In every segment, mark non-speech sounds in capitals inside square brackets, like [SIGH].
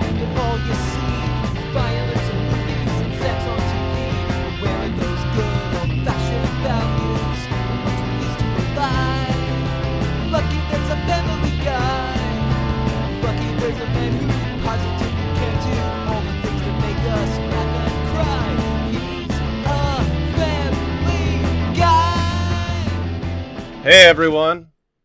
you see violence in movies and sex on TV. Where are those good old fashioned values? What's a least to rely? Lucky there's a family guy. Lucky there's a man who positively can do all the things that make us laugh and cry. He's a family guy. Hey everyone,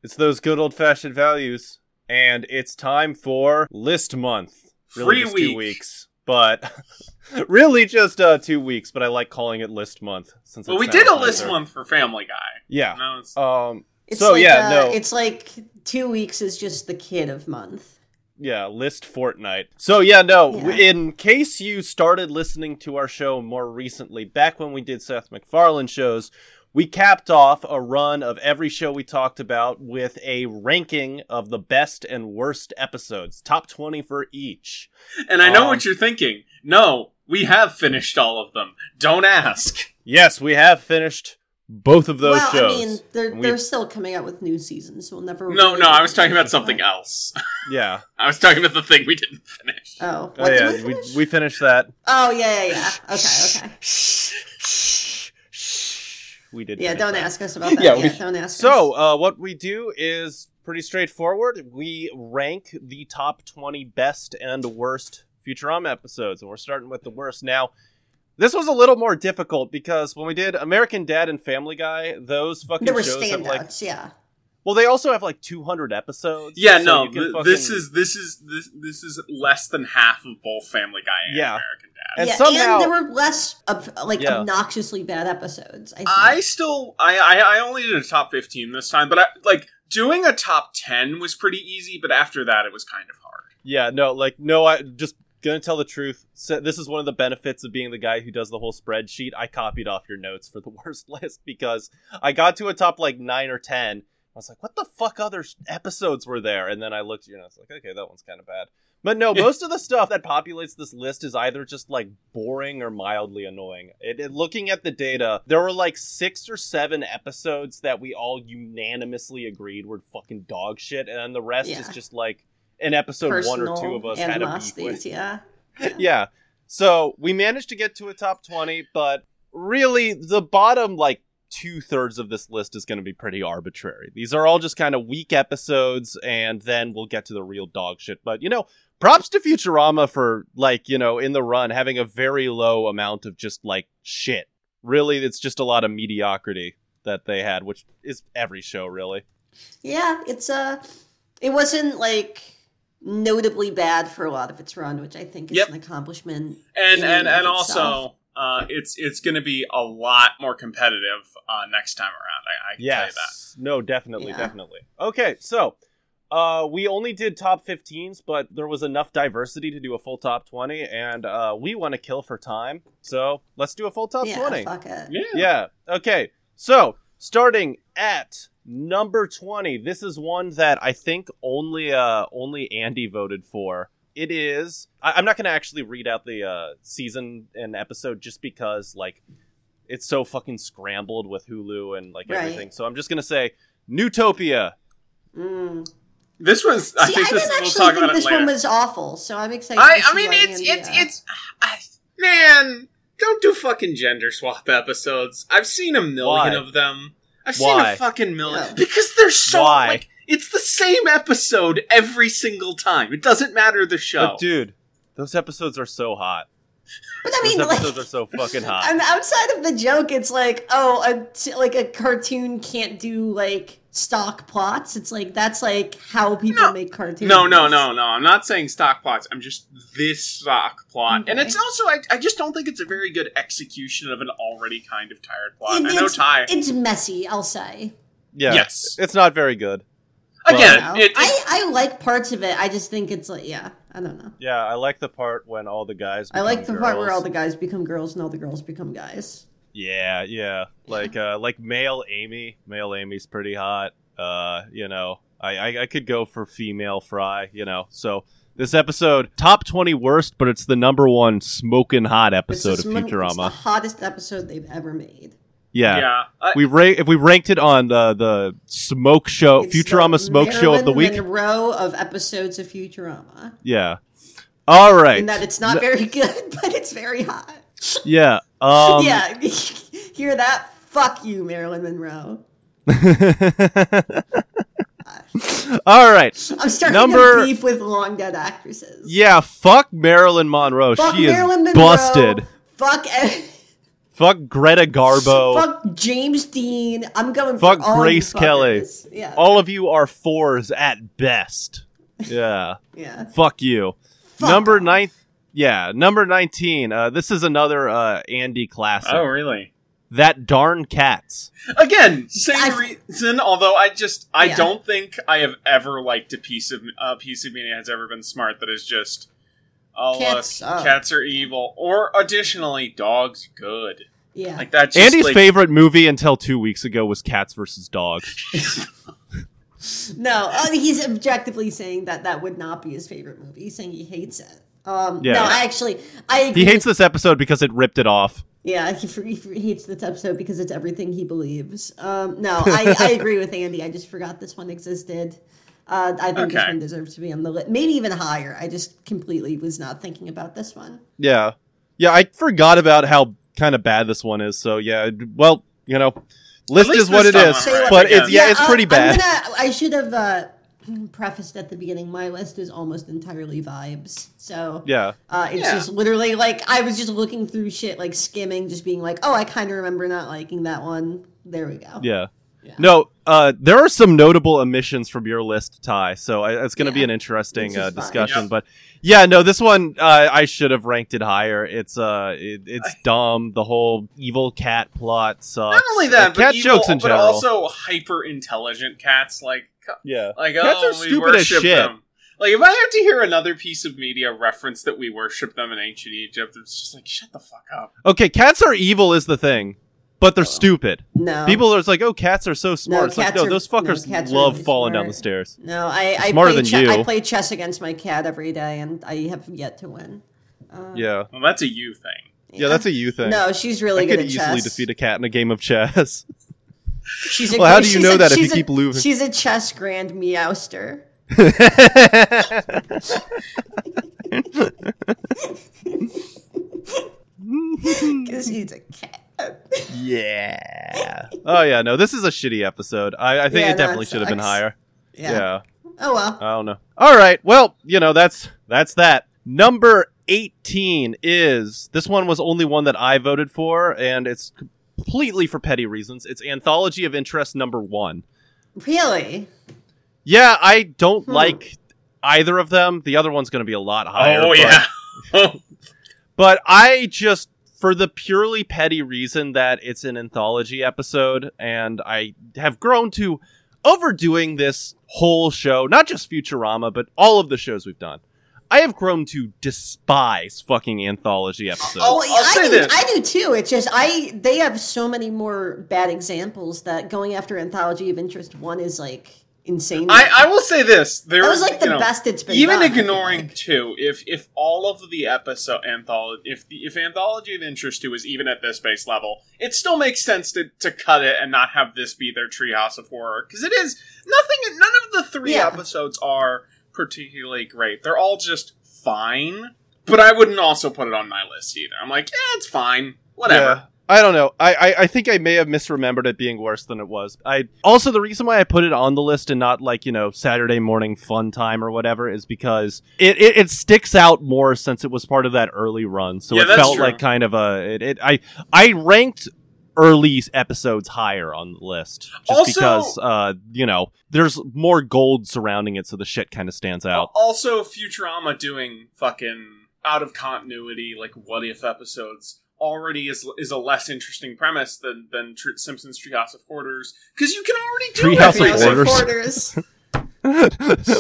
it's those good old fashioned values, and it's time for list month. Free just two week. weeks, but [LAUGHS] really just uh, two weeks. But I like calling it list month since. Well, it we did a sounds list nicer. month for Family Guy. Yeah. No, it's- Um. It's so like, yeah, uh, no, It's like two weeks is just the kid of month. yeah, list Fortnite. So yeah, no. Yeah. In case you started listening to our show more recently, back when we did Seth MacFarlane shows, we capped off a run of every show we talked about with a ranking of the best and worst episodes, top twenty for each. and I know um, what you're thinking. No, we have finished all of them. Don't ask. Yes, we have finished both of those well, shows. I mean, they're, We've- they're still coming out with new seasons. We'll never. No, really no, I know was talking about what's something left. else. [LAUGHS] yeah. I was talking about the thing we didn't finish. Oh, Oh what did yeah, we, finish? we finished that. Oh [LAUGHS] yeah, yeah, yeah. Okay, okay. We did. Yeah, finish don't that. ask us about that. Yeah, Yeah, we- don't ask. So, us. uh, what we do is pretty straightforward. We rank the top 20 best and worst Futurama episodes, and we're starting with the worst. Now, this was a little more difficult because when we did American Dad and Family Guy, those uh, fucking there were shows have standouts. like yeah, well, they also have like 200 episodes. Yeah, so no, you can th- fucking- this is this is this this is less than half of both Family Guy and Yeah. American Dad. and yeah, somehow- and there were less of like Yeah. obnoxiously bad episodes. I, think. I still I, I I only did a top fifteen this time, but I like doing a top ten was pretty easy, but after that it was kind of hard. Yeah, no, like no, I just gonna tell the truth. So this is one of the benefits of being the guy who does the whole spreadsheet. I copied off your notes for the [LAUGHS] worst list because I got to a top like nine or ten. I was like, what the fuck other s- episodes were there? And then I looked at you and I was like, okay, that one's kind of bad. But no, most of the stuff that populates this list is either just like boring or mildly annoying. It, it- looking at the data, there were like six or seven episodes that we all unanimously agreed were fucking dog shit, and then the rest is Yeah. just like an episode personal one or two of us had a beef animosities. with. Yeah, Yeah. So we managed to get to a top 20, but really the bottom like two thirds of this list is going to be pretty arbitrary. These are all just kind of weak episodes, and then we'll get to the real dog shit. But you know, props to Futurama for like, you know, in the run having a very low amount of just like shit. Really, it's just a lot of mediocrity that they had, which is every show, really. yeah. It's uh, it wasn't like notably bad for a lot of its run, which I think is Yep. an accomplishment. And in and of and itself. also uh, it's it's going to be a lot more competitive uh, next time around. I, I can tell you that. Yes. No, definitely, Yeah. definitely. Okay, so uh, we only did top 15s, but there was enough diversity to do a full top 20, and uh, we want to kill for time, so let's do a full top yeah, 20. fuck it. Yeah. Okay. So starting at number twenty, this is one that I think only uh only Andy voted for. It is. I, I'm not going to actually read out the uh, season and episode just because like it's so fucking scrambled with Hulu and like Right. everything. So I'm just going to say Newtopia. Mm. This was. I See, I, think this. didn't We'll actually talk think about it this later. one was awful, so I'm excited. I, to I see mean, why it's Andy, it's uh, it's I, man. Don't do fucking gender swap episodes. I've seen a million Why? of them. I've seen Why? a fucking million Yeah. because they're so Why? like it's the same episode every single time. It doesn't matter the show. But dude, those episodes are so hot. But I Those mean, like, episodes are [LAUGHS] so fucking hot. and outside of the joke, it's like, oh, a t- like a cartoon can't do like stock plots. It's like that's like how people No. make cartoons. no, no, no, no. I'm not saying stock plots. I'm just this stock plot, and Okay. it's also I, I just don't think it's a very good execution of an already kind of tired plot. It- I know it's, Ty. it's messy. I'll say. yeah. Yes. It's not very good. Again, You know? it, it- I I like parts of it. I just think it's like, yeah, I don't know. Yeah, I like the part when all the guys. I like the become part where girls. all the guys become girls and all the girls become guys. Yeah, yeah. Like uh like male Amy. Male Amy's pretty hot. Uh, you know. I, I, I could go for female fry, you know. So this episode, top twenty worst, but it's the number one smoking hot It's episode just of mon- it's the Futurama. hottest episode they've ever made. Yeah. yeah. I- We ra- if we ranked it on the the smoke show It's Oh, Futurama the smoke show of the Marilyn week. Monroe of episodes of Futurama. Yeah. All right. and that it's not very [LAUGHS] good, but it's very hot. [LAUGHS] yeah. Um, yeah, hear that? Fuck you, Marilyn Monroe. [LAUGHS] All right. I'm starting Number- to beef with long dead actresses. Yeah. Fuck Marilyn Monroe. fuck she Marilyn is Monroe. busted. Fuck. [LAUGHS] e- Fuck Greta Garbo. Fuck James Dean. I'm going. Fuck for all you Grace Kelly. Oh. fuckers. Yeah. All of you are fours at best. Yeah. yeah. Fuck you. Fuck number off. nine. Yeah, number nineteen. Uh, this is another uh, Andy classic. Oh, really? That darn cats. Again, same I- reason. Although I just, I Yeah. don't think I have ever liked a piece of a piece of media has ever been smart that is just, oh, Cats cats, suck. cats are evil. Or additionally, dogs good. Yeah. Like that. Just, Andy's like, favorite movie until two weeks ago was Cats versus Dogs. No, uh, he's objectively saying that that would not be his favorite movie. He's saying he hates it. Um, Yeah. No, I actually, I agree. He hates this episode because it ripped it off. Yeah, he, f- he f- hates this episode because it's everything he believes. Um, [LAUGHS] no, I, I agree with Andy. I just forgot this one existed. Uh, I think this Okay. one deserves to be on the list, maybe even higher. I just completely was not thinking about this one. Yeah, yeah. I forgot about how kind of bad this one is. So yeah, well, you know, list least is what this it time is. I'm right, But I it's guess. yeah, it's uh, pretty I'm bad. gonna- I should have uh, prefaced at the beginning. My list is almost entirely vibes. So Yeah, Uh, it's Yeah. just literally like I was just looking through shit, like skimming, just being like, "Oh, I kind of remember not liking that one." There we go. yeah. Yeah. No, uh, there are some notable omissions from your list, Ty. So I, it's going to be Yeah. an interesting Which is uh, fine. discussion. Yep. But yeah, no, this one uh, I should have ranked it higher. It's uh, it, it's dumb. The whole evil cat plot sucks. Not only Uh, that, but cat evil, jokes in but general. also hyper intelligent cats. Like, co- yeah, like Cats oh, are we stupid as worship shit. Them. Like, if I have to hear another piece of media reference that we worship them in ancient Egypt, it's just like, shut the fuck up. okay, cats are evil is the thing, but they're stupid. No. People are like, oh, cats are so smart. Um, No, it's like, cats no, are- those no, fuckers cats are love really falling down smart. the stairs. No, I I Smarter play than che- you. I play chess against my cat every day, and I have yet to win. Uh, Yeah, Well, that's a you thing. yeah, that's a you thing. No, she's really I good could at easily chess. defeat a cat in a game of [LAUGHS] chess. She's a, Well, how do you she's know a- that if you she's a- keep losing? She's a chess grand meowster. Because she's a cat. Yeah. oh yeah, no, this is a shitty episode. I, I think Yeah, it no, definitely it should have been sucks. higher. Yeah. Yeah. Oh well. I don't know. All right. Well, you know, that's that's that. Number 18 is this one was only one that I voted for, and it's completely for petty reasons. It's Anthology of Interest number one. Really? Yeah, I don't Hmm. like either of them. The other one's gonna be a lot higher. oh but- yeah. [LAUGHS] Oh, But I just, for the purely petty reason that it's an anthology episode, and I have grown to overdoing this whole show, not just Futurama, but all of the shows we've done. I have grown to despise fucking anthology episodes. I'll- Well, I'll I say do, this. I do too. It's just I they have so many more bad examples that going after anthology of interest one is like insane. I, I will say this. There that was like the you know, best it's been. Even done, I feel ignoring [LAUGHS] like. two, if if all of the episode anthology, if the, if anthology of interest two is even at this base level, it still makes sense to, to cut it and not have this be their treehouse of horror because it is nothing. None of the three Yeah. episodes are particularly great. They're all just fine. But I wouldn't also put it on my list either. I'm like, yeah, it's fine, whatever. I don't know. I, I I think I may have misremembered it being worse than it was. I also the reason why I put it on the list and not like you know Saturday morning fun time or whatever is because it it, it sticks out more since it was part of that early run. So Yeah, it that's felt true. like kind of a it, it I I ranked early episodes higher on the list just Also- because uh you know there's more gold surrounding it so the shit kind of stands [LAUGHS] out. Also, Futurama doing fucking out of continuity, like what if episodes already is is a less interesting premise than than Tr- Simpsons Treehouse of Horrors because you can already [LAUGHS] do Treehouse everything. of Treehouse Orders. [LAUGHS] Orders.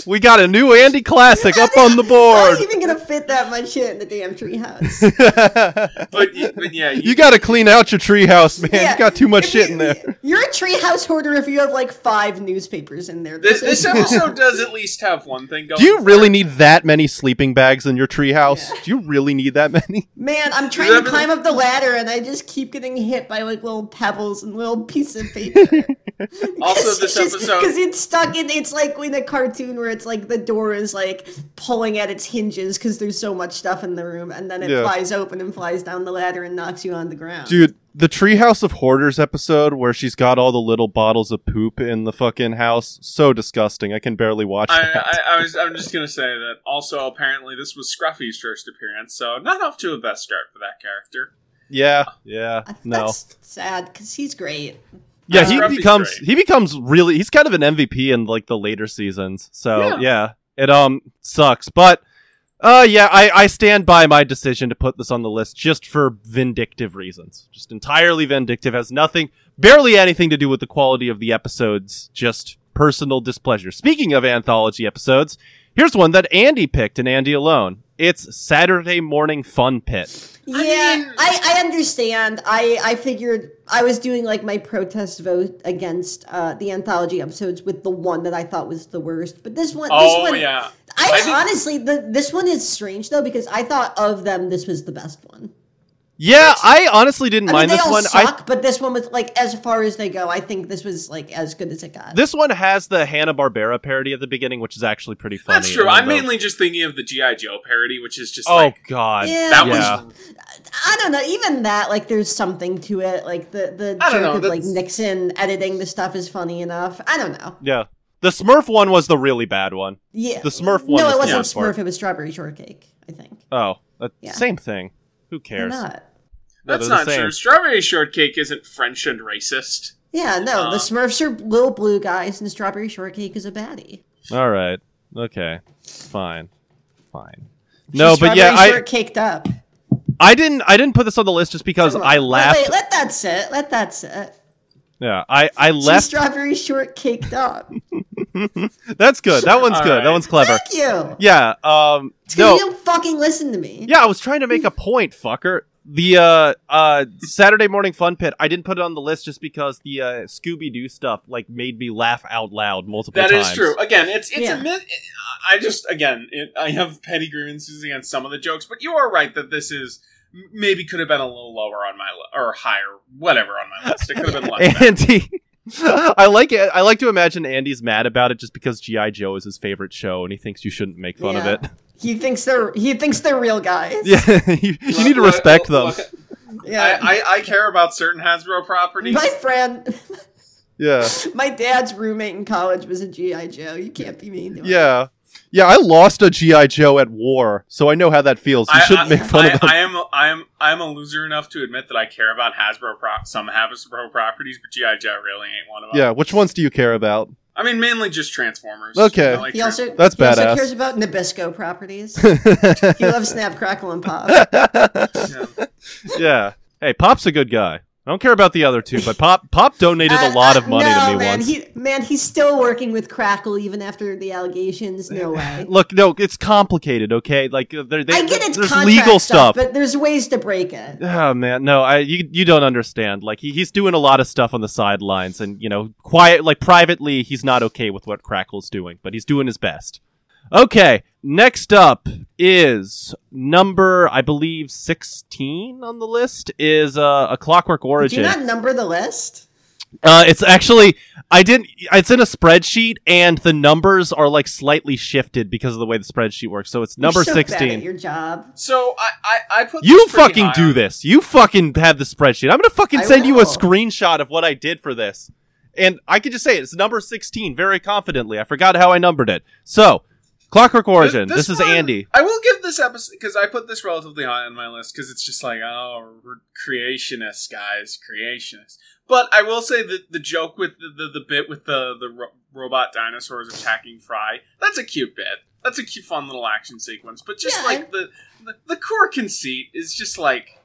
we got a new Andy classic up on the Not board. even gonna fit that much shit in the damn [LAUGHS] treehouse. But, y- but yeah, you, You got to clean out your treehouse, man. Yeah. You got too much If shit you- in there. [LAUGHS] You're a treehouse hoarder if you have like five newspapers in there. this, This this is- episode does at least have one thing going. Do you for really it. need that many sleeping bags in your treehouse? Yeah. Do you really need that many? [LAUGHS] Man, I'm trying Does to everything- climb up the ladder and I just keep getting hit by like little pebbles and little pieces of paper. Also, this episode- because it's stuck in it's like when in a cartoon where it's like the door is like pulling at its hinges because there's so much stuff in the room, and then it Yeah. flies open and flies down the ladder and knocks you on the [LAUGHS] ground. Dude, the Treehouse of Hoarders episode where she's got all the little bottles of poop in the fucking house, so disgusting. I can barely watch that. I, I, I was. I'm just gonna say that. Also, apparently, this was Scruffy's first appearance, so not off to a best start for that character. yeah, yeah, That's no. sad because he's great. Yeah, Scruffy's he becomes great. he becomes really he's kind of an MVP in like the later seasons. So yeah, Yeah. it um sucks, but uh yeah, I I stand by my decision to put this on the list just for vindictive reasons. Just entirely vindictive has nothing barely anything to do with the quality of the episodes, just personal displeasure. Speaking of anthology episodes, here's one that Andy picked and Andy alone. It's Saturday Morning Fun Pit. I yeah, mean- I, I understand. I, I figured I was doing like my protest vote against uh, the anthology episodes with the one that I thought was the worst. But this one, this Oh one, yeah, I, I think- honestly, the, this one is strange though because I thought of them, this was the best one. Yeah, I honestly didn't I mean, mind they this all one. I suck, but this one was like as far as they go. I think this was like as good as it got. This one has the Hanna Barbera parody at the beginning, which is actually pretty funny. that's true. And I'm the- mainly just thinking of the GI Joe parody, which is just Oh like God, Yeah. that yeah. was. I don't know. Even that, like, there's something to it. Like the the I don't joke know, of like that's- Nixon editing the stuff is funny enough. I don't know. yeah. The Smurf one was the really bad one. Yeah, The Smurf one No, was it the wasn't worst Smurf. part. It was Strawberry Shortcake. I think. Oh, that- Yeah. same thing. Who They're cares? not. No, That's they're the not true. same. Strawberry shortcake isn't French and racist. Yeah, no. the Uh. Smurfs are little blue guys, and Strawberry Shortcake is a baddie. All right. Okay. Fine. Fine. She's No, but yeah, Strawberry I Shortcaked up. I didn't I didn't put this on the list just because I Wait, laughed. Wait, let that sit. Let that sit. Yeah, I I She's left. Strawberry Shortcaked up. That's good. That one's All good. That right. one's clever. Thank you. Yeah. Um. No. No. You don't fucking listen to me. Yeah, I was trying to make a point, fucker. The uh, uh, Saturday morning fun pit. I didn't put it on the list just because the uh, Scooby Doo stuff like made me laugh out loud multiple That times. is true. Again, it's it's Yeah. a myth. I just again, it, I have petty grievances against some of the jokes, but you are right that this is m- maybe could have been a little lower on my li- or higher, whatever on my list. It could have been less. [LAUGHS] bad. Andy, I like it. I like to imagine Andy's mad about it just because GI Joe is his favorite show and he thinks you shouldn't make fun Yeah. of it. He thinks they're he thinks they're real guys. [LAUGHS] Yeah, you, [LAUGHS] you need to Look, respect them. look, look, Yeah. I, I, I care about certain Hasbro properties. my friend, [LAUGHS] yeah, my dad's roommate in college was a GI Joe. You can't be mean to him. yeah, yeah. I lost a GI Joe at war, so I know how that feels. You I- shouldn't I, make fun I, of them. I am I am I am a loser enough to admit that I care about Hasbro prop some Hasbro properties, but GI Joe really ain't one of them. yeah, which ones do you care [LAUGHS] about? [LAUGHS] I mean, mainly just Transformers. Okay. I like He Trans- also That's he also badass. cares about Nabisco [LAUGHS] properties. he loves Snap Crackle and Pop. yeah. yeah. Hey, Pop's a good guy. I don't care about the other two, but Pop Pop donated a Uh, lot uh, of money no, to me man, once. He, man, he's still working with Crackle even after the allegations. No way. Look, no, it's complicated, okay? Like uh, there, they, I get it's there's contract legal stuff. but there's ways to break it. Oh man, no, I you you don't understand. Like he, he's doing a lot of stuff on the sidelines, and you know, quiet like privately, he's not okay with what Crackle's doing, but he's doing his best. Okay, next up is number I believe sixteen on the list is uh, a Clockwork Do you Origin. not number the list? Uh, it's actually I didn't. It's in a spreadsheet, and the numbers are like slightly shifted because of the way the spreadsheet works. So it's number You're so bad at sixteen. your job. So I, I, I put You this pretty fucking high do on- this. You fucking have the spreadsheet. I'm gonna fucking I send you a will. screenshot of what I did for this, and I can just say it's number sixteen very confidently. I forgot how I numbered it. So, Clockwork Th- Origin. This, is one- Andy. I will give this episode because I put this relatively high on my list because it's just like oh we're creationists guys creationists. But I will say that the joke with the, the, the bit with the the ro- robot dinosaurs attacking Fry that's a cute bit. That's a cute, fun little action sequence. But just Yeah. like the, the the core conceit is just like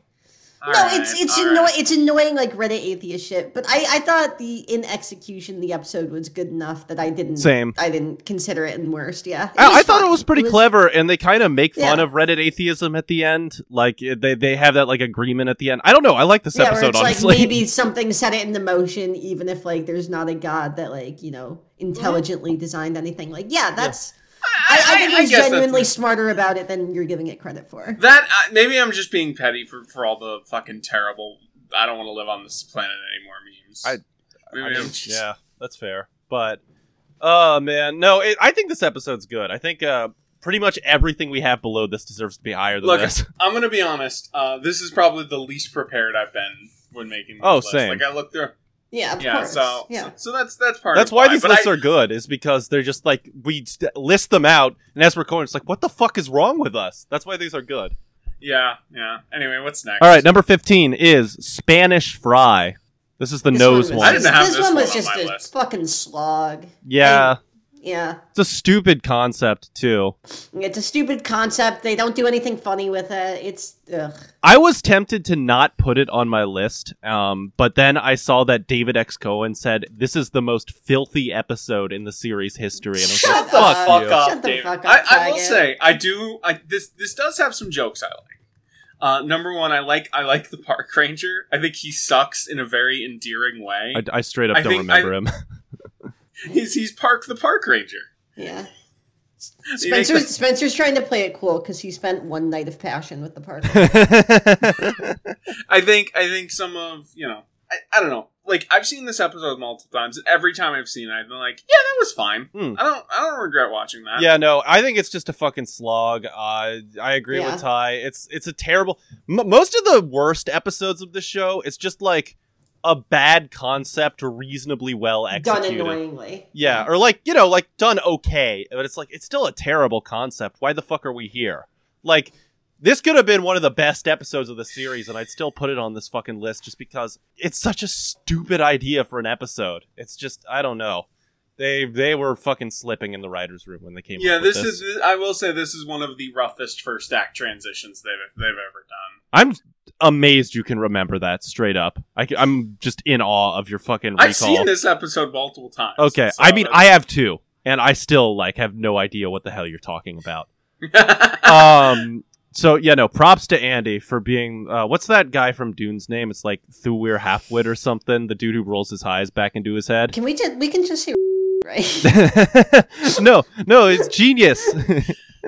all no, right, it's it's all annoying. right. It's annoying like Reddit atheist shit. But I I thought the in execution the episode was good enough that I didn't Same. Oh, I didn't consider it in worst. Yeah, It I, I was thought fun. it was pretty clever, and they kind of make fun Yeah. of Reddit atheism at the end. Like it- they they have that like agreement at the end. I don't know. I like this yeah, where episode it's honestly. like maybe something set it into motion, even if like there's not a god that like you know intelligently designed anything. Like yeah, that's I, I, think he's guess that's- genuinely smarter about it than you're giving it credit for. That uh, maybe I'm just being petty for, for all the fucking terrible. I don't want to live on this planet anymore. Memes. I- Maybe I mean, I'm just- yeah, that's fair. But Oh man, no, it, I think this episode's good. I think uh, pretty much everything we have below this deserves to be higher than Look, this. I'm gonna be honest. Uh, this is probably the least prepared I've been when making. This Oh, list. same. Like I looked through. Yeah, of Yeah, course. so, yeah. so so that's that's part. That's of why these but lists I- are good, is because they're just like we st- list them out, and as we're going, it's like, what the fuck is wrong with us? That's why these are good. Yeah, yeah. Anyway, what's next? All right, number fifteen is Spanish fry. This is the This nose was- one. I didn't have this one one was on just my a list. fucking slog. Yeah, Yeah, it's a stupid concept too. it's a stupid concept. They don't do anything funny with it. It's ugh. I was tempted to not put it on my list, um, but then I saw that David X. Cohen said this is the most filthy episode in the series history, and I was Shut like, the "Fuck fuck you." up. Shut the David. fuck up, I, I will faggot. say, I do. I, this this does have some jokes I like. Uh, number one, I like I like the park ranger. I think he sucks in a very endearing way. I, I straight up I don't think remember him. he's he's Park the park ranger. yeah. He makes Spencer's the- Spencer's trying to play it cool because he spent one night of passion with the park. I think I think some of you know I, I don't know like I've seen this episode multiple times. and Every time I've seen it, I've been like, yeah, that was fine. Hmm. I don't I don't regret watching [LAUGHS] that. yeah, no, I think it's just a fucking slog. Uh, I agree Yeah. with Ty. It's it's a terrible. M- most of the worst episodes of the show, it's just like a bad concept, reasonably well Done [LAUGHS] executed. annoyingly. Yeah, or like, you know, like done okay, but it's like it's still a terrible concept. Why the fuck are we here? Like this could have been one of the best episodes of the series and I'd still put it on this fucking list just because it's such a stupid idea for an episode. It's just I don't know. They they were fucking slipping in the writers room when they came Yeah, up with this is. I will say this is one of the roughest first act transitions they've they've ever done. I'm amazed you can remember that straight up. I am just in awe of your fucking recall. I've seen this episode multiple times. okay, so I mean I that's- have two and I still like have no idea what the hell you're talking about. I um so yeah no props to andy for being uh what's that guy from dune's name it's like thuir halfwit or something the dude who rolls his eyes back into his head [LAUGHS] Can we just we can just say [LAUGHS] right? no no it's [LAUGHS] genius [LAUGHS]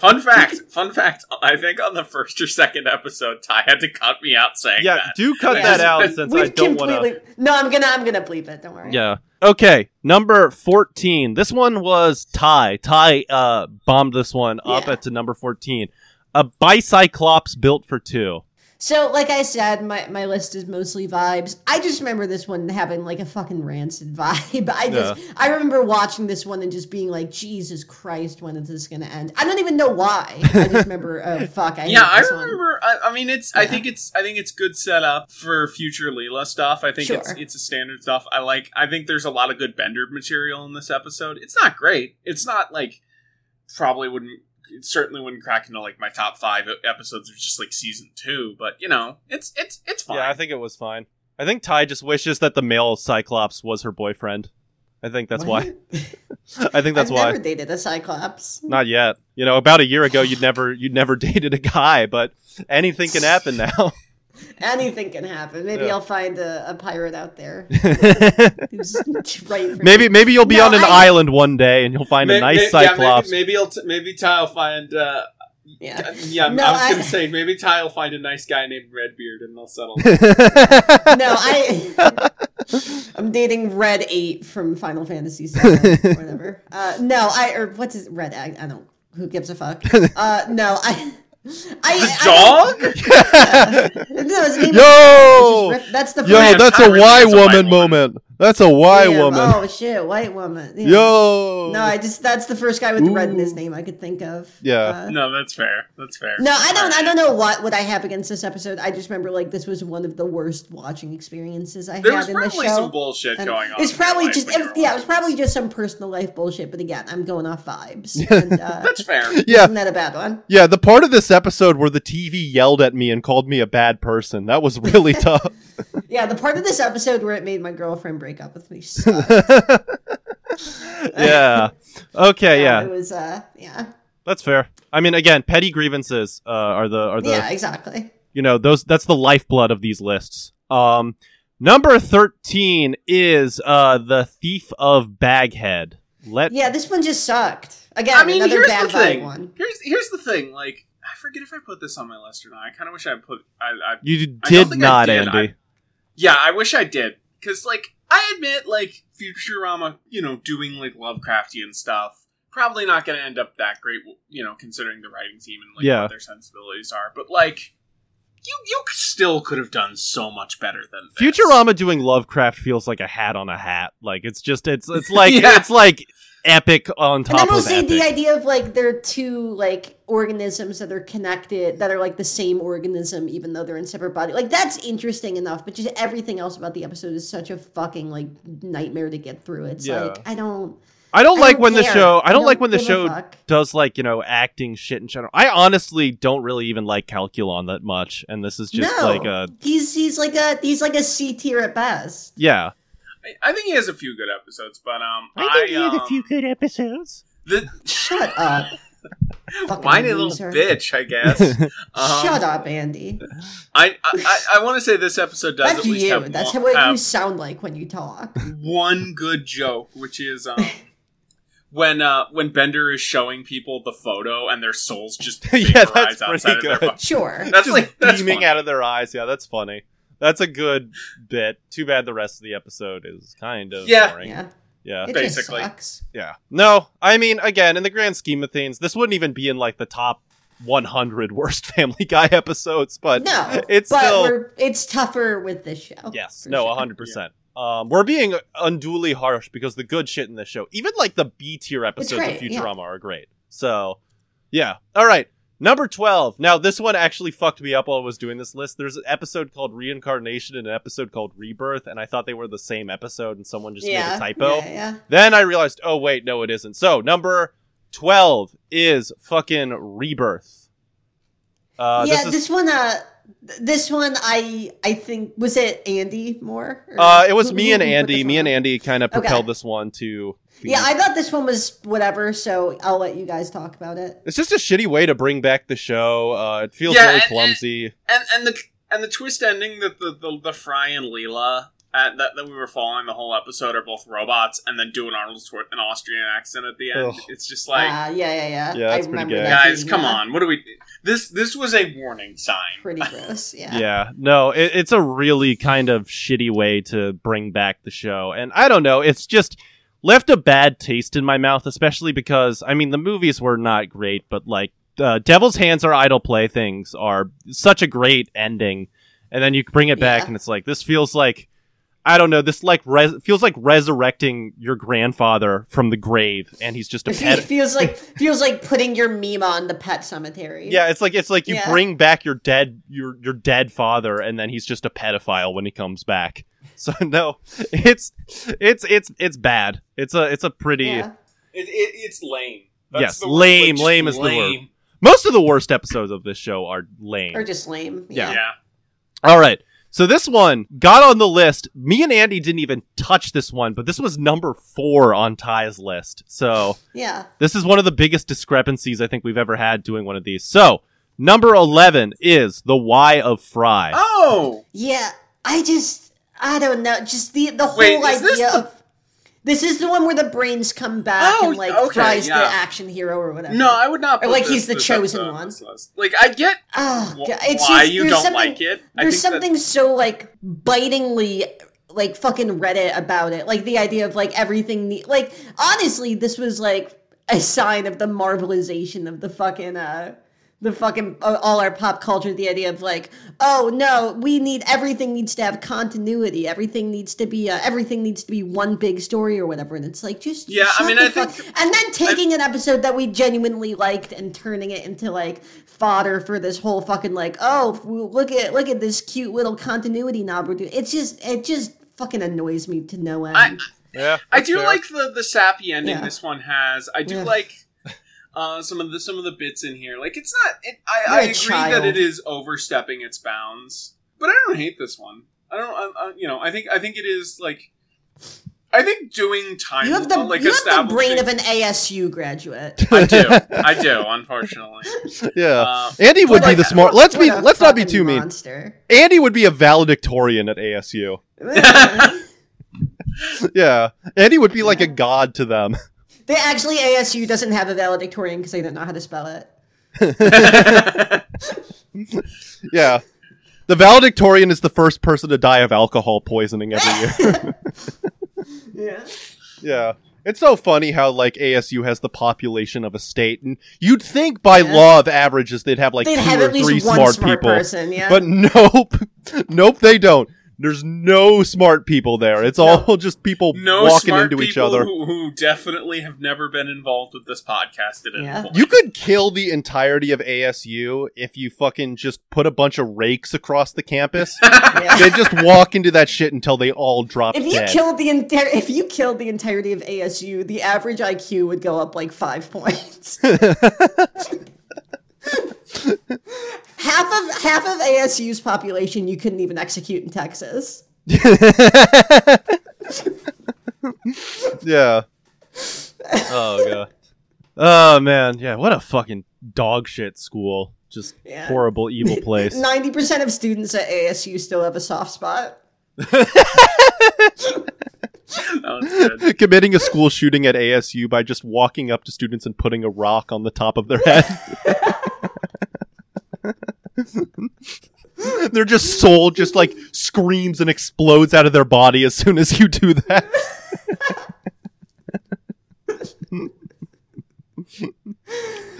fun fact, fun fact. I think on the first or second episode, Ty had to cut me out saying yeah that. do cut Yeah. that out since i We've don't want to completely. No, I'm gonna I'm gonna bleep it. Don't worry. yeah okay number 14 this one was ty ty uh bombed this one up Yeah. at to number 14 a bicyclops built for two So, like I said, my, my list is mostly vibes. I just remember this one having like a fucking rancid [LAUGHS] vibe. I just I remember watching this one and just being like, Jesus Christ, when is this gonna end? I don't even know why. I just remember, [LAUGHS] oh fuck, I Yeah, hate I this one. remember. I, I mean, it's. I think it's. I think it's good setup for future Leela stuff. I think it's. Sure. It's a standard stuff. I like. I think there's a lot of good Bender material in this episode. It's not great. It's not like. Probably wouldn't. It certainly wouldn't crack into like my top five e-, episodes of just like season two. But you know, it's it's it's fine. Yeah, I think it was fine. I think Ty just wishes that the male Cyclops was her boyfriend. I think that's What? why. I think that's I've why. never dated a Cyclops. Not yet. You know, about a year ago, you'd never you'd never [LAUGHS] dated a guy, but anything can happen now. [LAUGHS] Anything can happen. Maybe Yeah. I'll find a, a pirate out there. [LAUGHS] who's right for me. maybe maybe you'll be No, on an I- island one day and you'll find May- a nice may- Cyclops. [LAUGHS] Yeah, maybe, maybe I'll. T- maybe Ty will find. Uh, Yeah. yeah, [LAUGHS] No, I was I- gonna say maybe Ty will find a nice guy named Redbeard and they'll [LAUGHS] settle. no, I. [LAUGHS] I'm dating Red Eight from Final Fantasy VII or whatever. Uh, no, I or what's his Red? I, I don't. Who gives [LAUGHS] a fuck? Uh, no, I. I the I- dog. no, [LAUGHS] his name Yo! is- that's the Yo, Yeah, first that's Ty a really why is a white woman woman. moment. That's a why name. woman. Oh shit, white woman. Yeah. Yo. No, I just that's the first guy with red in his Ooh. name I could think of. Yeah. Uh, No, that's fair. That's fair. No, I don't. I Alright. don't know what what I have against this episode. I just remember like this was one of the worst watching experiences I There had was in this probably show. some bullshit And going on. It's in your probably life just when you it- were yeah, it was watching probably this. just some personal life bullshit. But again, I'm going [LAUGHS] off vibes. And, uh, That's fair. yeah, isn't that a bad one? Yeah, the part of this episode where the TV yelled at me and called me a bad person, that was really [LAUGHS] tough. Yeah, the part of this episode where it made my girlfriend break up with [LAUGHS] me. sucked. yeah. [LAUGHS] Okay, it yeah. was. Uh, yeah, That's fair. I mean again, petty grievances uh, are the are the yeah, exactly. you know, those that's the lifeblood of these lists. Um number 13 is uh the thief of Baghead. Let Yeah, this one just sucked. Again, I mean, another here's bad the thing. vibe one. Here's here's the thing. Like, I forget if I put this on my list or not. I kind of wish I put. I, I you I don't did think I not, did. Andy. yeah, I wish I did because like I admit like Futurama, you know, doing like Lovecraftian stuff, probably not going to end up that great, you know, considering the writing team and like Yeah. what their sensibilities are. But like, you you still could have done so much better than this. Futurama doing Lovecraft feels like a hat on a hat. Like it's just it's [LAUGHS] it's like Yeah. it's like epic on And top then we'll of say epic. the idea of like there are two like organisms that are connected that are like the same organism even though they're in separate body. Like that's interesting enough, but just everything else about the episode is such a fucking like nightmare to get through. It's Yeah. like I don't. I don't I like don't when the care. show. I don't, like when the give a show fuck. does like you know acting shit in general. I honestly don't really even like Calculon that much, and this is just No. like a He's he's like a he's like a C tier at best. yeah. I, I think he has a few good episodes, but um, I, um, good episodes. [LAUGHS] The, Shut [LAUGHS] up. Fucking whiny little loser. bitch, I guess. Um, Uh-huh. Shut up, Andy. I I, I want to say this episode does That's at least you. have That's one, what have you sound like when you talk. one good joke, which is [LAUGHS] um, when uh, when Bender is showing people the photo and their [LAUGHS] souls just Yeah, yeah, that's that's outside pretty of their good. [LAUGHS] fu- Sure. That's Just like [LAUGHS] that's beaming funny. out of their eyes. Yeah, that's funny. That's a good bit. Too bad the rest of the episode is kind of Yeah. boring. Yeah. Yeah. It Basically. just sucks. Yeah. No, I mean, again, in the grand scheme of things, this wouldn't even be in like the top 100 worst [LAUGHS] Family Guy episodes, but no, [LAUGHS] it's but still we're, it's tougher with this show. yes, Oh, for no, sure. 100. percent Um, we're being unduly harsh because the good shit in this show, even like the B tier episodes great, of yeah. Futurama, are great. So, yeah. All right. Number 12. Now, this one actually fucked me up while I was doing this list. There's an episode called Reincarnation and an episode called Rebirth, and I thought they were the same episode, and someone just made yeah, a typo. Yeah, yeah. Then I realized, oh wait, no, it isn't. So number twelve is fucking rebirth. Uh, yeah this is this one. Uh, th- this one, I I think was it Andy Moore. Or- uh, it was who- me who- and who put Andy. this Me one and up? Andy kind of Okay. propelled this one to. be- Yeah, I thought this one was whatever, so I'll let you guys talk about it. it's just a shitty way to bring back the show. Uh, it feels Yeah, really and- clumsy. and and the and the twist ending that the the, the Fry and Leela at, that that we were following the whole episode are both robots, and then do an Arnold Schwar- an Austrian accent at the end. Ugh. It's just like uh, yeah, yeah, yeah. Yeah, I that's pretty remember gay. that guys, being, come yeah, on, what do we? This this was a warning sign. Pretty gross. yeah. Yeah. no, it, it's a really kind of shitty way to bring back the show, and I don't know. It's just left a bad taste in my mouth, especially because I mean the movies were not great, but like uh, Devil's Hands Are Idle Playthings are such a great ending, and then you bring it back, Yeah. and it's like this feels like. I don't know. This like res- feels like resurrecting your grandfather from the grave, and he's just a pet. It feels like feels like putting your meme on the pet cemetery. Yeah, it's like it's like you Yeah. bring back your dead your your dead father, and then he's just a pedophile when he comes back. [LAUGHS] So no, it's it's it's it's bad. It's a it's a pretty Yeah. It, it, it's lame. Yes, the word, lame, just lame is the word. most of the worst episodes of this show are lame. Or just lame. Yeah. Yeah. All right. So this one got on the list. Me and Andy didn't even touch this one, but this was number 4 on Ty's list. So Yeah. This is one of the biggest discrepancies I think we've ever had doing one of these. So, number 11 is The Why of Fry. Oh, Yeah, I just I don't know. Just the the whole Wait, idea is this the- of this is the one where the brains come back Oh, and like okay, Fry's yeah. the action hero or whatever. no, I would not. Or put like this- he's the this chosen episode on one. this list. Like I get oh, wh- God, it's why just, you there's don't something- like it. I There's think that- something so like bitingly like fucking Reddit about it. Like the idea of like everything. Ne- like honestly, this was like a sign of the marvelization of the fucking uh the fucking uh, all our pop culture. The idea of like, oh no, we need everything needs to have continuity. Everything needs to be uh, everything needs to be one big story or whatever. And it's like just Yeah, I shut mean, the I think- fuck- and then taking an episode that we genuinely liked and turning it into like fodder for this whole fucking like oh f- look at look at this cute little continuity knob we're doing. It's just it just fucking annoys me to no end. I- Yeah. I do like the the sappy ending Yeah. this one has. I do Yeah. like uh, some of the some of the bits in here. Like it's not. It, I, You're I a agree that child. it is overstepping its bounds, but I don't hate this one. I don't. I, I, you know, I think I think it is like. I think doing time uh, you have the like you have the establishing- brain of an [LAUGHS] ASU graduate. I do. I do. Unfortunately. Yeah. Uh, Andy would be like- the smart. Let's be What a let's not be fucking too mean. [LAUGHS] monster. Andy would be a valedictorian at ASU. Yeah. Andy would be like a god to them. [LAUGHS] they actually ASU doesn't have a valedictorian because they don't know how to spell it. Yeah. [LAUGHS] The valedictorian is the first person to die of alcohol poisoning every year. Yeah. [LAUGHS] Yeah. It's so funny how like ASU has the population of a state, and you'd think by Yeah. law the averages they'd have like They'd two have or at least three one smart, people, person. Yeah. but nope, nope, [LAUGHS] they don't. There's no smart people there. It's all [LAUGHS] just people No walking smart into people each other. Who, who definitely have never been involved with this podcast at any Yeah. point. You could kill the entirety of ASU if you fucking just put a bunch of rakes across the [LAUGHS] campus. Yeah. they just walk into that shit until they all drop If you dead. killed the entire, if you killed the entirety of ASU, the average IQ would go up like five [LAUGHS] points. half of half of ASU's population you couldn't even execute in Texas. yeah. [LAUGHS] Oh god. Oh man, yeah. What a fucking dog shit school. Just Yeah. horrible, [LAUGHS] evil place. Ninety percent of students at ASU still have a soft spot. That was [LAUGHS] good. Committing a school shooting at ASU by just walking up to students and putting a rock on the top of their head. [LAUGHS] their just soul just like screams and explodes out of their body as soon as you do that. [LAUGHS]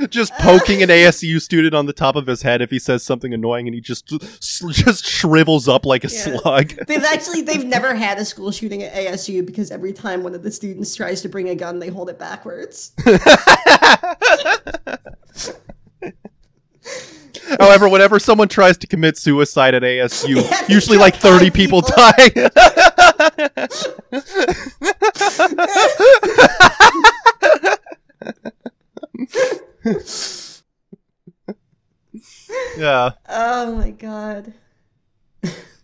just poking an ASU student on the top of his head if he says something annoying and he just just shrivels up like a Yeah. slug. They've actually they've never had a school shooting at ASU because every time one of the students tries to bring a gun, they hold it backwards. However, whenever someone tries to commit suicide at ASU, [LAUGHS] Yeah, usually like 30 five people, people. die. [LAUGHS] yeah. Oh my god.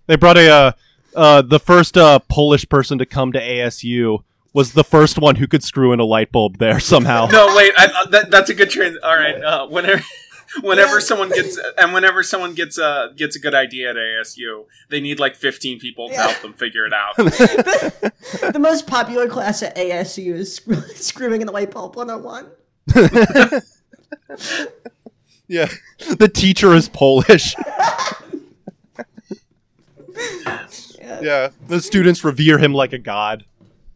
They brought a uh, uh, the first uh, Polish person to come to ASU was the first one who could screw in a light bulb there somehow. No, wait. I, uh, that, that's a good trend. All right. Uh, whenever, [LAUGHS] whenever someone gets, and whenever someone gets a gets a good idea at ASU, they need like fifteen people to Yeah. help them figure [LAUGHS] it out. The most popular class at ASU is [LAUGHS] sc- screaming in the light bulb 101. Yeah. [LAUGHS] The teacher is Polish. Yeah. yeah. The students revere him like a god.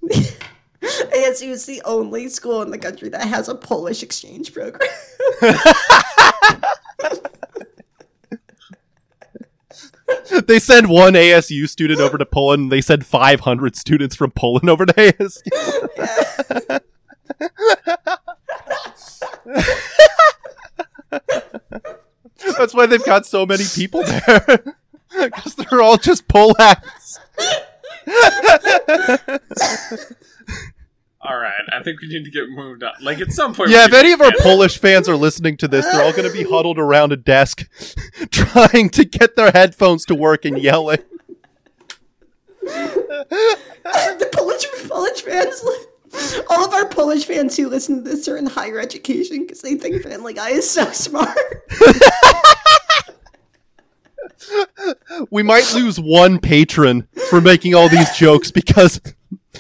ASU is the only school in the country that has a Polish exchange program. [LAUGHS] They send one ASU student over to Poland. And they send 500 students from Poland over to ASU. [LAUGHS] That's why they've got so many people there. [LAUGHS] Because they're all just Polacks. All right. I think we need to get moved on. Like at [LAUGHS] some point. we Yeah, if need to any of our get- Polish fans are listening to this, they're all going to be huddled around a desk [LAUGHS] trying to get their headphones to work and yelling. the Polish Polish fans, [LAUGHS] all of our Polish fans who listen to this are in higher education because they think Family Guy is so [LAUGHS] smart. We might lose one patron for making all these jokes because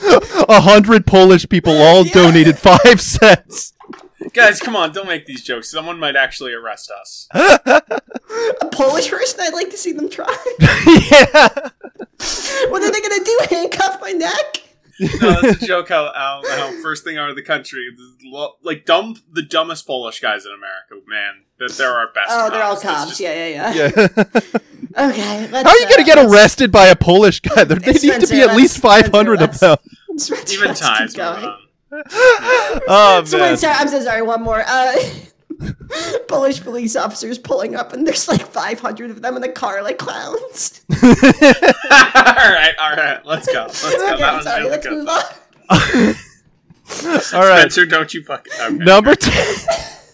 a hundred Polish people all donated five cents. [LAUGHS] Guys, come on! Don't make these jokes. Someone might actually arrest us. A Polish person, I'd like to see them try. [LAUGHS] yeah. what are they gonna do? [LAUGHS] Handcuff my neck? No, that's a joke. How, how, how first thing out of the country, lo- like dumb, the dumbest Polish guys in America. Man, that they're our best. Oh, they're all That's cops. just- Yeah, yeah, yeah. yeah. How Okay. Let's, are you uh, going to get arrested by a Polish guy? There, they need to Spencer, be at let's- least 500 of them. Spencer, Spencer, [LAUGHS] Even let's keep ties. going. moving on. [LAUGHS] Oh, So man. wait, sorry, I'm so sorry. One more. Uh, [LAUGHS] Polish police officers pulling up, and there's like 500 of them in the car, like clowns. all right, all right, let's go. Let's go. Okay, that I'm was sorry. really Let's good. move on. All right. Spencer, don't you fucking. Okay. Number 10.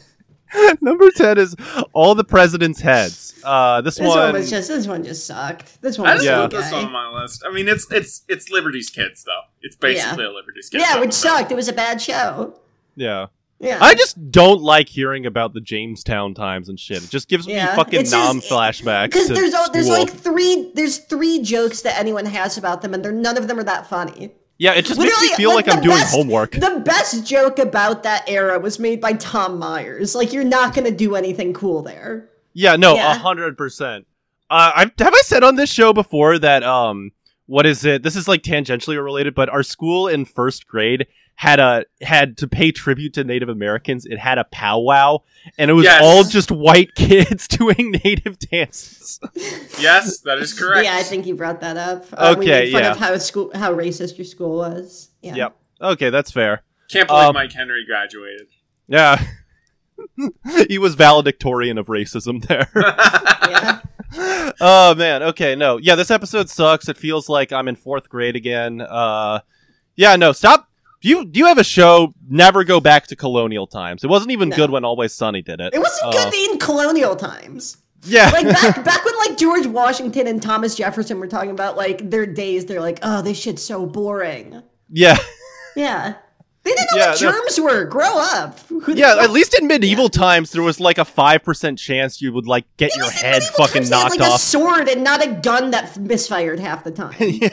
[LAUGHS] Number 10 is All the President's Heads. Uh, this, This one. one. was just. This one just sucked. This one. I Was just Yeah. put okay. this one on my list. I mean, it's it's it's Liberty's Kids though. It's basically a Liberty's Kids. yeah, which episode. sucked. It was a bad show. yeah. Yeah. I just don't like hearing about the Jamestown times and shit. It just gives me Yeah. fucking It's just- nom flashbacks. because to there's all, there's school. like three there's three jokes that anyone has about them and they're none of them are that funny. Yeah, it just makes me Literally, feel like, I'm the doing best- homework. The best joke about that era was made by Tom Myers. Like you're not gonna do anything cool there. yeah, no, a Yeah. hundred percent. Uh, I have I said on this show before that um what is it? This is like tangentially related, but our school in first grade had a had to pay tribute to Native Americans. It had a powwow, and it was Yes. all just white [LAUGHS] kids doing Native dances. Yes, that is correct. [LAUGHS] Yeah, I think you brought that up. Uh, we Okay, made fun yeah. of how school, how racist your school was. Yeah. Yep. Okay, that's fair. Can't believe Um, Mike Henry graduated. [LAUGHS] Yeah. [LAUGHS] he was valedictorian of racism there. Yeah. [LAUGHS] oh man okay no yeah this episode sucks it feels like i'm in fourth grade again uh yeah no stop you you have a show never go back to colonial times it wasn't even No. good when always sunny did it It wasn't Uh, good in colonial times. yeah Like back back when like George Washington and Thomas Jefferson were talking about like their days, they're like, oh, this shit's so boring. yeah [LAUGHS] Yeah. They didn't know Yeah, what no. germs were. Grow up. Who the yeah fuck- at least in medieval times there was like a 5% chance you would like get At your least in head medieval fucking times, they had, knocked like a off sword and not a gun that f- misfired half the time. [LAUGHS] yeah,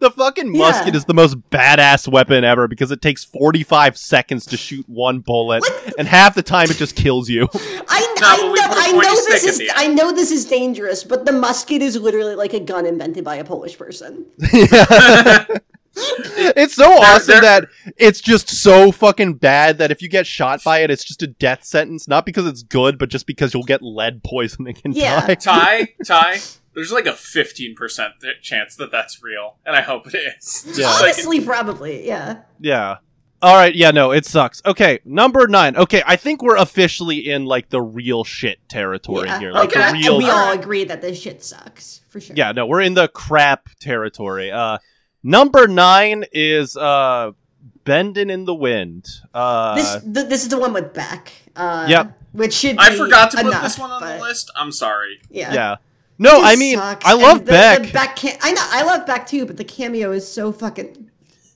the fucking musket Yeah. is the most badass weapon ever because it takes 45 seconds to shoot one bullet, Like- and half the time it just kills you. I, No, but we put a I know, I pointy know this stick at is the end. I know this is dangerous, but the musket is literally like a gun invented by a Polish person. [LAUGHS] It's so awesome they're- that it's just so fucking bad that if you get shot by it, it's just a death sentence. Not because it's good, but just because you'll get lead poisoning and Yeah. die. Ty, Ty, there's like a 15% th- chance that that's real, and I hope it is. Just Yeah. [LAUGHS] like- Honestly, probably, yeah. Yeah. All right. Yeah. No, it sucks. Okay. Number nine. Okay. I think we're officially in like the real shit territory yeah. here. Like Okay. the And real. we all agree that this shit sucks for sure. yeah. No, we're in the crap territory. Uh, number nine is uh, bending in the wind. Uh, This th- this is the one with Beck. Uh, Yep. Which should I be forgot to put enough, this one on the but- list. I'm sorry. Yeah. yeah. No, This I mean, sucks. I And love the, Beck. The Beck ca- I know I love Beck too, but the cameo is so fucking.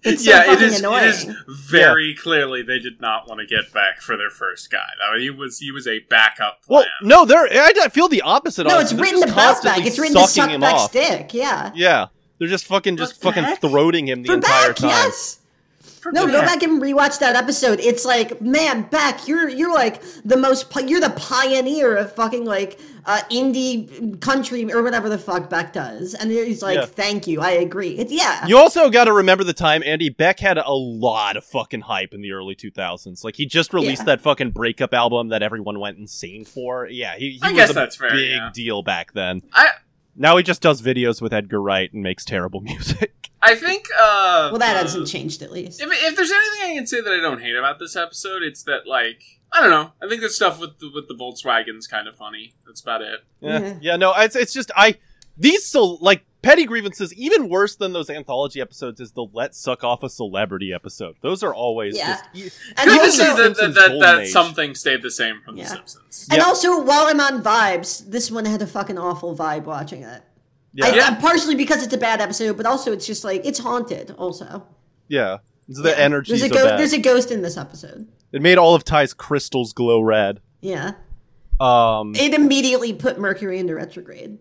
It's so yeah, it fucking is. annoying. It is very clearly they did not want to get back for their first guy. I mean, he was he was a backup Well, plan. no, they're. I I feel the opposite. No, it's honestly. They're written just about Beck. constantly It's written to sucking suck him Beck's off. dick. Yeah. Yeah, they're just fucking, just What the fucking heck? throating him the For entire Beck, time. yes. For No, go Beck. back and rewatch that episode. It's like, man, Beck, you're you're like the most pi- you're the pioneer of fucking like uh, indie country or whatever the fuck Beck does. And he's like, Yeah. thank you, I agree. It, yeah, You also got to remember the time Andy Beck had a lot of fucking hype in the early 2000s. Like he just released Yeah. that fucking breakup album that everyone went insane for. Yeah, he, he I was guess a that's fair, big yeah. deal back then. I Now he just does videos with Edgar Wright and makes terrible [LAUGHS] music. I think. Uh, well, that uh, hasn't changed at least. If, if there's anything I can say that I don't hate about this episode, it's that like I don't know. I think the stuff with the, with the Volkswagen's kind of funny. That's about it. Yeah. Yeah. yeah, no, it's it's just I these so like petty grievances even worse than those anthology episodes is the let suck off a celebrity episode. Those are always Yeah. just e, And Good Even to also- see that that, Simpsons that, golden that age. something stayed the same from Yeah. The Simpsons. And Yeah. also, while I'm on vibes, this one had a fucking awful vibe watching it. yeah. I, Yeah. I- partially because it's a bad episode, but also it's just like it's haunted. Also, Yeah. It's the Yeah. energy There's a so ghost. bad. There's a ghost in this episode. it made all of Ty's crystals glow red. Yeah, Um it immediately put Mercury into retrograde.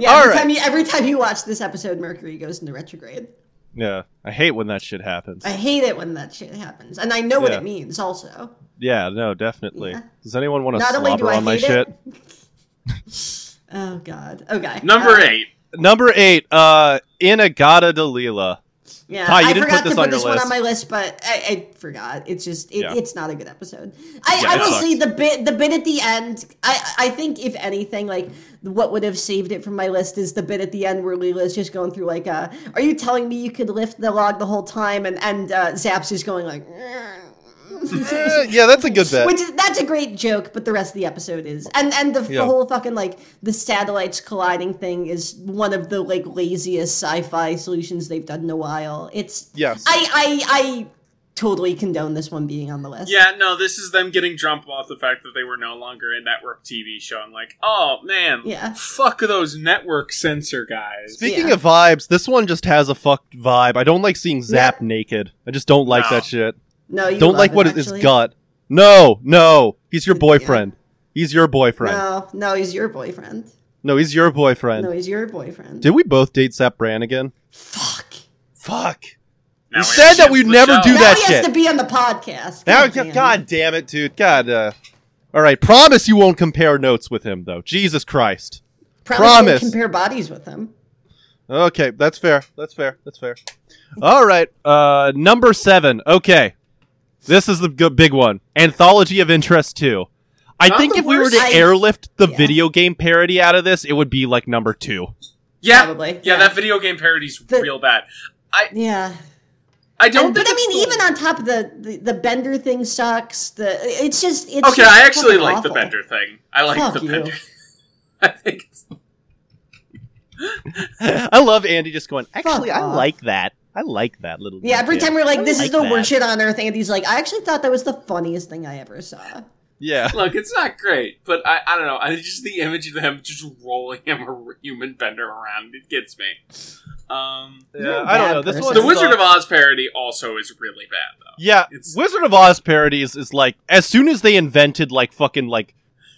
Yeah, All every, right. time you, every time you watch this episode, Mercury goes into retrograde. [LAUGHS] Yeah. I hate when that shit happens. I hate it when that shit happens, and I know what Yeah. it means. Also, Yeah, no, definitely. Yeah. Does anyone want to not only do slobber I on hate my it. shit? [LAUGHS] oh God. Okay. Number uh, eight. Number 8, uh Inagata [LAUGHS] Dalila. Yeah, Ty, you I didn't put forgot this to on put your this one list. on my list, but I, I forgot. It's just it, Yeah. it's not a good episode. I, Yeah, I it will sucks. say the bit the bit at the end. I I think if anything, like what would have saved it from my list is the bit at the end where Leela's just going through like, uh, "Are you telling me you could lift the log the whole time?" and and uh, Zaps is going like. Eh, yeah, that's a good bet. [LAUGHS] Which is that's a great joke, but the rest of the episode is and and the, Yeah. the whole fucking like the satellites colliding thing is one of the like laziest sci-fi solutions they've done in a while. It's Yes. I I I totally condone this one being on the list. Yeah, no, this is them getting drunk off the fact that they were no longer a network TV show. I'm like, oh man, Yeah. fuck those network censor guys. Speaking Yeah. of vibes, this one just has a fucked vibe. I don't like seeing Zap Yeah. naked. I just don't like No. that shit. No, you don't love like it, what his actually. gut. No, no, he's your Yeah. boyfriend. He's your boyfriend. No. No, no, he's your boyfriend. he's your boyfriend. No, he's your boyfriend. Did we both date Zap Brannigan? Fuck. Fuck. Now You have said that to shift we'd the never do now that. he shit. has to be on the podcast. Now, God Oh, damn. God damn it, dude. God. Uh, all right, promise you won't compare notes with him, though. Jesus Christ. Promise. Promise. Compare bodies with them. Okay, that's fair. That's fair. That's fair. All right. Uh, number seven. Okay, this is the g- big one. Anthology of Interest two. I Not think the if we were worst. to I- airlift the yeah. video game parody out of this, it would be like number two. Yeah, Probably. yeah, that video game parody's The- real bad. Yeah. I don't. And- but think I it's mean, the- even on top of the, the the Bender thing sucks. The it's just it's Okay, just I actually fucking like the awful. Bender thing. I like Fuck the you. Bender. [LAUGHS] I think it's- I love Andy just going. Actually, I off." like that. I like that little. Yeah, every bit." time we're like, this like is the that. worst shit on earth, Andy's like, I actually thought that was the funniest thing I ever saw. Yeah. Look, it's not great, but I, I don't know. I just the image of him just rolling [LAUGHS] him a human Bender around it gets me. Um, You're a I don't bad know. This person. one. the Wizard of Oz parody also is really bad though. Yeah, It's- Wizard of Oz parodies is like as soon as they invented like fucking like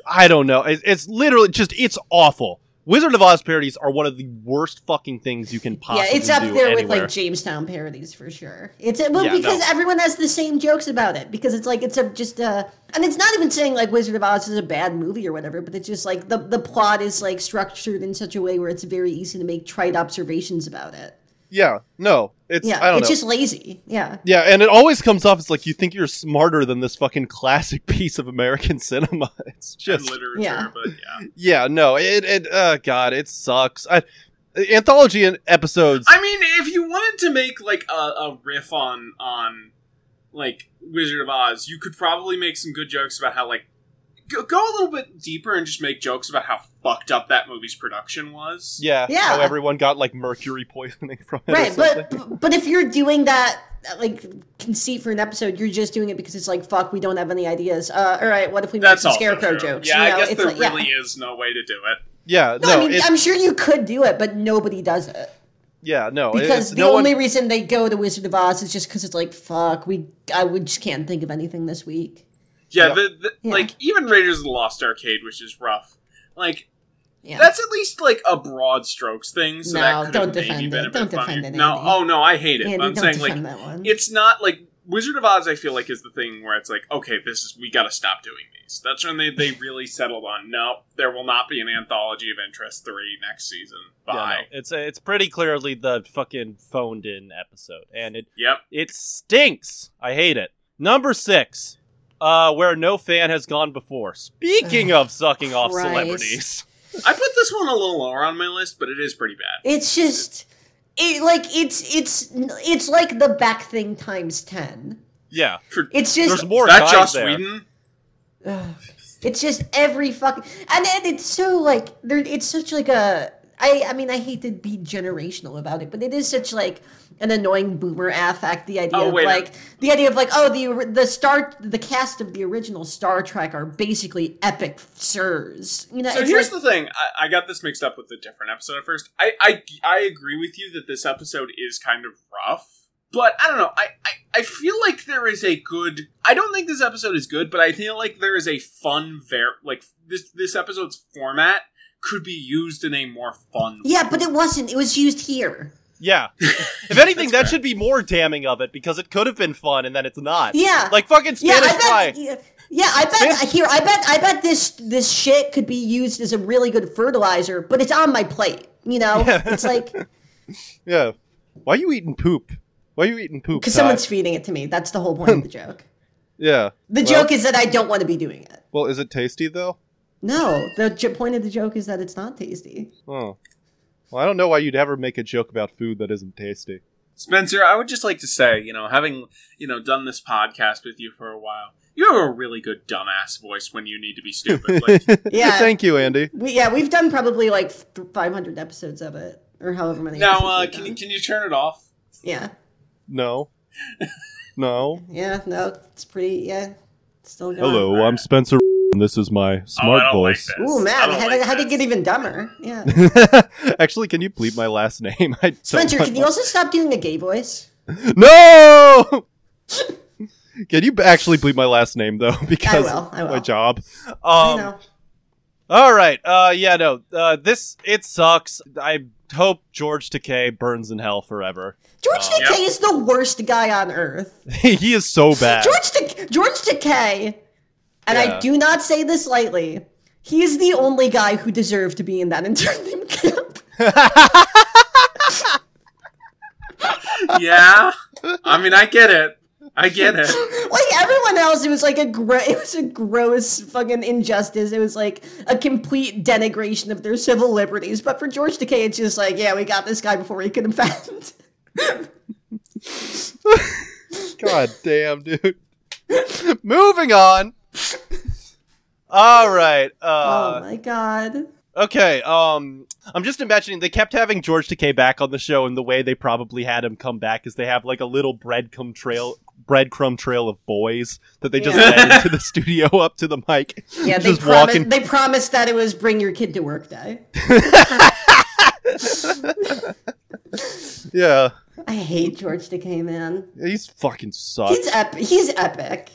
I don't know, it's, it's literally just it's awful. Wizard of Oz parodies are one of the worst fucking things you can possibly yeah, it's up do there with anywhere. like Jamestown parodies for sure. It's well Yeah, because no. everyone has the same jokes about it because it's like it's a just a and it's not even saying like Wizard of Oz is a bad movie or whatever, but it's just like the the plot is like structured in such a way where it's very easy to make trite observations about it. yeah, no, it's Yeah, I don't it's know. just lazy. Yeah. yeah, and it always comes off as like you think you're smarter than this fucking classic [LAUGHS] piece of American cinema. [LAUGHS] It's in just literature, yeah. but [LAUGHS] yeah. yeah, no, it it uh, God, it sucks. I, anthology and episodes. I mean, if you wanted to make like a, a riff on on like Wizard of Oz, you could probably make some good jokes about how like go, go a little bit deeper and just make jokes about how fucked up that movie's production was. yeah, Yeah. how everyone got like mercury poisoning [LAUGHS] from [LAUGHS] it. or right something. but but if you're doing that like conceit for an episode you're just doing it because it's like fuck we don't have any ideas uh, all right what if we make That's some also scarecrow true. jokes Yeah, you know? I guess it's there like, yeah. really is no way to do it. yeah, no, no, i mean it- i'm sure you could do it but nobody does it yeah, no, Oh, it- because it's- the no one- only reason they go to wizard of oz is just because it's like fuck we i we just can't think of anything this week Yeah, Yeah. The, the, Yeah. like even Raiders of the Lost Arcade, which is rough. Like yeah that's at least like a broad strokes thing. So No, that could don't have maybe defend been it. a bit Don't defend funnier. it, No, Andy. oh no, I hate it. Andy, but I'm don't saying like defend that one. it's not like Wizard of Oz. I feel like is the thing where it's like, okay, this is we got to stop doing these. That's when they, they really settled on. No, there will not be an anthology of interest three next season. Bye. Yeah, no, it's it's pretty clearly the fucking phoned in episode, and it Yep. it stinks. I hate it. Number six, uh, where no fan has gone before. Speaking of sucking off Christ. celebrities, I put this one a little lower on my list, but it is pretty bad. it's just it like it's it's it's like the back thing times 10 yeah, it's just there's more. is that guys Joss there. Whedon? Ugh. it's just every fucking and, and it's so like there it's such like a I, I mean I hate to be generational about it, but it is such like an annoying boomer affect. The idea Oh, of wait a- like the idea of like oh the or- the star the cast of the original Star Trek are basically epic sirs. You know, So it's here's like, the thing. I, I got this mixed up with a different episode at first. I, I I agree with you that this episode is kind of rough, but I don't know. I, I I feel like there is a good. I don't think this episode is good, but I feel like there is a fun ver like this this episode's format could be used in a more fun. yeah, but it wasn't. It was used here. yeah. If anything, that fair. should be more damning of it because it could have been fun, and then it's not. Yeah. like fucking Yeah, Spanish I Fly. bet. Yeah, yeah, I bet. Spanish- Here, I bet. I bet this this shit could be used as a really good fertilizer, but it's on my plate. You know, Yeah. it's like. Yeah, why are you eating poop? Why are you eating poop? Because Ty? someone's feeding it to me. That's the whole point [LAUGHS] of the joke. yeah. The Well- joke is that I don't want to be doing it. Well, is it tasty though? No, the j- point of the joke is that it's not [LAUGHS] tasty. Oh. Well, I don't know why you'd ever make a joke about food that isn't tasty. Spencer, I would just like to say, you know, having you know done this podcast with you for a while, you have a really good dumbass voice when you need to be [LAUGHS] stupid. Like, [LAUGHS] Yeah. Thank you, Andy. We, yeah, we've done probably like th- 500 episodes of it, or however many. now, episodes uh, we've can done. you, can you turn it off? Yeah, No. [LAUGHS] No. yeah, no, it's pretty. Yeah, it's still going. Hello, I'm Spencer. And this is my smart Oh, I don't like voice. that. Ooh, I man, don't how, like did how did it this. get even dumber? [LAUGHS] Yeah, [LAUGHS] Actually, can you bleep my last name? [LAUGHS] I don't Spencer, want- can you also stop doing a gay voice? [LAUGHS] No. can you actually bleep my last name though? [LAUGHS] Because will, I my will. job. Um, I know. All right. Uh, yeah. No. Uh, this it sucks. I hope George Takei burns in hell forever. [LAUGHS] George uh, Takei is the worst guy on earth. he is so bad. George Dec- George Takei, and Yeah. I do not say this lightly, He is the only guy who deserved to be in that [LAUGHS] internment camp. yeah. I mean, I get it. I get it. like everyone else, it was like a gro- it was a gross fucking injustice. It was like a complete denigration of their civil liberties. But for George Takei, it's just like, yeah, we got this guy before he could [LAUGHS] offend. God damn, dude. Moving on. All right. oh Uh, my god. okay. Um, I'm just imagining they kept having George Takei back on the show, and the way they probably had him come back is they have like a little breadcrumb trail, breadcrumb trail of boys that they just Yeah. led into the studio up to the mic. Yeah, they just promised walking. they promised that it was bring your kid to work day. yeah, I hate George Takei, man. he's fucking sucks. He's ep- he's epic.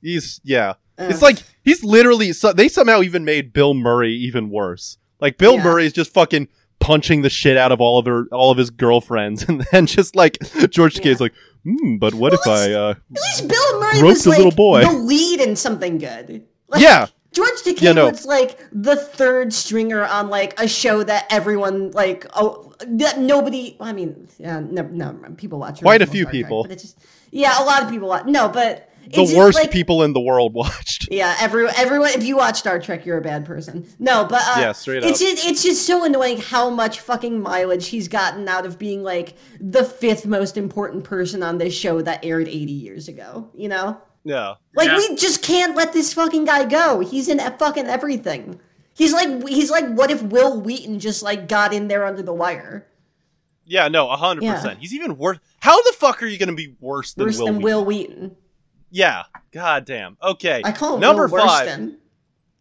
He's yeah. Ugh. It's like he's literally. So, they somehow even made Bill Murray even worse. Like Bill Yeah. Murray is just fucking punching the shit out of all of her, all of his girlfriends, [LAUGHS] and then just like George Takei's like, mm, but what if Well, I? Uh, At least Bill Murray Roped was a like little boy. the lead in something good. Like, Yeah. George Takei Yeah, no. was like the third stringer on like a show that everyone like oh that nobody. I mean, yeah, no, no people watch Quite a original few Star Trek, people. but it's just, yeah, a lot of people watch. No, but it's the just, worst like, people in the world [LAUGHS] watched. Yeah, every, everyone. If you watch Star Trek, you're a bad person. No, but uh, Yeah, straight It's up. just, it's just so annoying how much fucking mileage he's gotten out of being like the fifth most important person on this show that aired 80 years ago. You know, Yeah. like Yeah. we just can't let this fucking guy go. He's in fucking everything. He's like he's like what if Will Wheaton just like got in there under the wire Yeah, no, hundred Yeah. percent. He's even worse. How the fuck are you going to be worse than worse Will? than Wheaton? Will Wheaton? Yeah, god damn. Okay, I call him number Will worse five. than.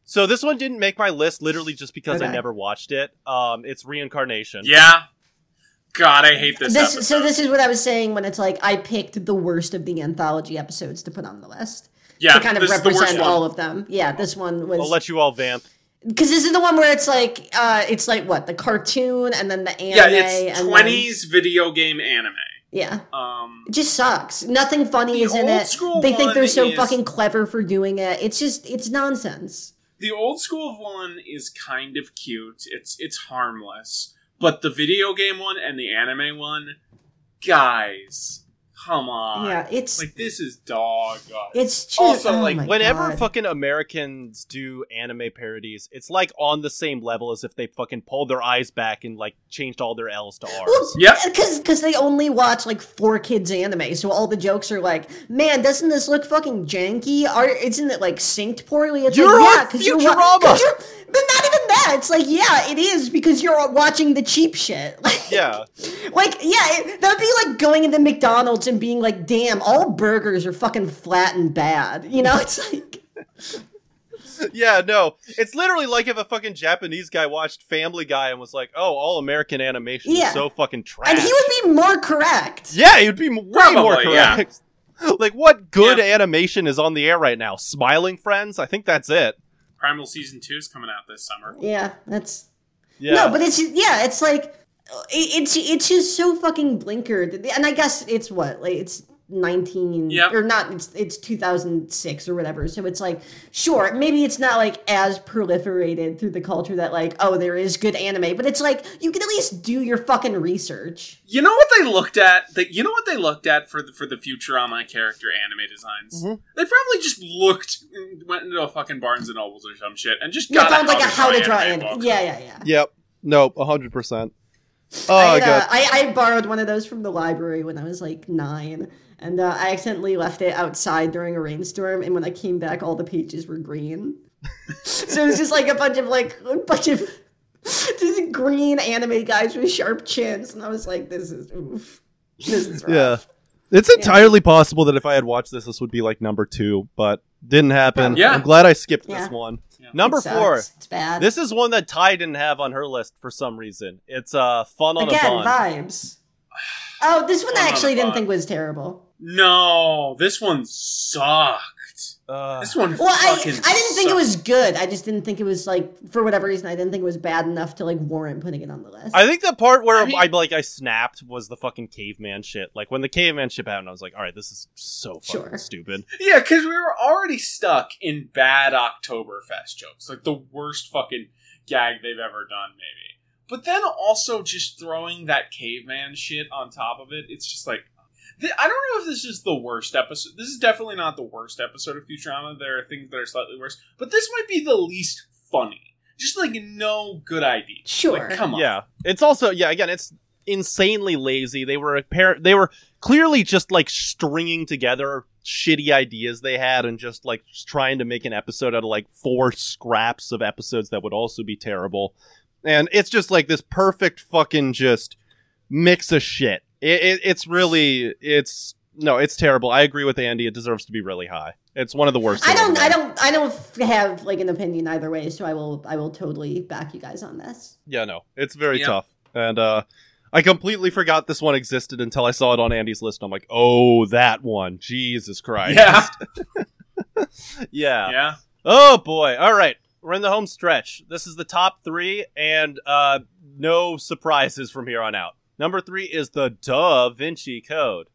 So this one didn't make my list, literally just because I Okay. never watched it. Um, it's reincarnation. Yeah. God, I hate this, episode. This, so this is what I was saying when it's like I picked the worst of the anthology episodes to put on the list. yeah, to kind of this is the worst represent one. all of them. Yeah, this one I'll was let you all vamp. because this is the one where it's like uh it's like what the cartoon and then the anime. yeah, it's and twenties video game anime. Then, yeah, Um, it just sucks. Nothing funny The is in old it. school They think one they're so is- fucking clever for doing it. It's just it's nonsense. the old school one is kind of cute. It's it's harmless, but the video game one and the anime one, guys, come on. Yeah, it's like this is dog. it's just Also, oh like, my Whenever God. fucking Americans do anime parodies, it's like on the same level as if they fucking pulled their eyes back and like changed all their L's to [LAUGHS] R's. Yep. Because because they only watch like four kids anime, so all the jokes are like, man, doesn't this look fucking janky? Are isn't it like synced poorly? It's You're like, on yeah, because you're, Futurama!" wa- [LAUGHS] 'cause you're but not even that. It's like yeah, it is because you're watching the cheap shit. [LAUGHS] Like, Yeah. like yeah, it, that'd be like going into McDonald's and being like, damn, all burgers are fucking flat and bad. You know, [LAUGHS] it's like Yeah, no. It's literally like if a fucking Japanese guy watched Family Guy and was like, oh, all American animation Yeah. is so fucking trash. and he would be more correct. yeah, he'd be m- way more Probably, yeah. correct. [LAUGHS] like, what good Yeah. animation is on the air right now? Smiling Friends? I think that's it. Primal season two is coming out this summer. Yeah, that's Yeah. No, but it's yeah, it's like it- it's it's just so fucking blinkered. And I guess it's what like it's nineteen Yep. or not. It's it's two thousand six or whatever. So it's like sure, maybe it's not like as proliferated through the culture that like oh there is good anime, but it's like you can at least do your fucking research. You know what they looked at? That you know what they looked at for the, for the Futurama character anime designs. Mm-hmm. Mhm. They probably just looked, went into a fucking Barnes and Nobles or some shit, and just Yeah, got found like a how how to draw anime. book. Yeah, yeah, yeah. Yep. No, 100%. Oh, I, had, God. uh, I, I borrowed one of those from the library when I was like nine, and uh, I accidentally left it outside during a rainstorm. And when I came back, all the pages were green. [LAUGHS] so it was just like a bunch of like a bunch of [LAUGHS] just green anime guys with sharp chins, and I was like, "This is oof, this is rough. Yeah. It's entirely possible that if I had watched this, this would be like number two, but didn't happen. Yeah. I'm glad I skipped Yeah. this one. Yeah. Number It sucks. four. It's bad. This is one that Ty didn't have on her list for some reason. It's uh, Fun on again a Bond. vibes. Oh, this one Fun I on a actually didn't bond. think was terrible. No, this one sucked. Uh, This one. Well, I, I fucking didn't think it sucked. was good. I just didn't think it was like for whatever reason I didn't think it was bad enough to like warrant putting it on the list. I think the part where I, I mean- like I snapped was the fucking caveman shit. Like when the caveman shit happened, I was like, all right, this is so fucking Sure. stupid. Yeah, because we were already stuck in bad Oktoberfest jokes, like the worst fucking gag they've ever done, maybe. But then also just throwing that caveman shit on top of it, it's just like th- I don't know if this is the worst episode. This is definitely not the worst episode of Futurama. There are things that are slightly worse, but this might be the least funny. Just like no good idea. Sure. Like, come on. Yeah, it's also yeah. Again, it's insanely lazy. They were a pair. They were clearly just like stringing together shitty ideas they had and just like just trying to make an episode out of like four scraps of episodes that would also be terrible. And it's just like this perfect fucking just mix of shit. It, it, it's really it's no, it's terrible. I agree with Andy. It deserves to be really high. It's one of the worst. I they've don't ever done. I don't I don't f- have like an opinion either way, so I will I will totally back you guys on this. Yeah, no, it's very Yeah. tough, and uh, I completely forgot this one existed until I saw it on Andy's list. I'm like, oh, that one, Jesus Christ, Yeah. [LAUGHS] yeah. Yeah. Oh boy, all right, we're in the home stretch. This is the top three, and uh, no surprises from here on out. Number three is the Da Vinci Code.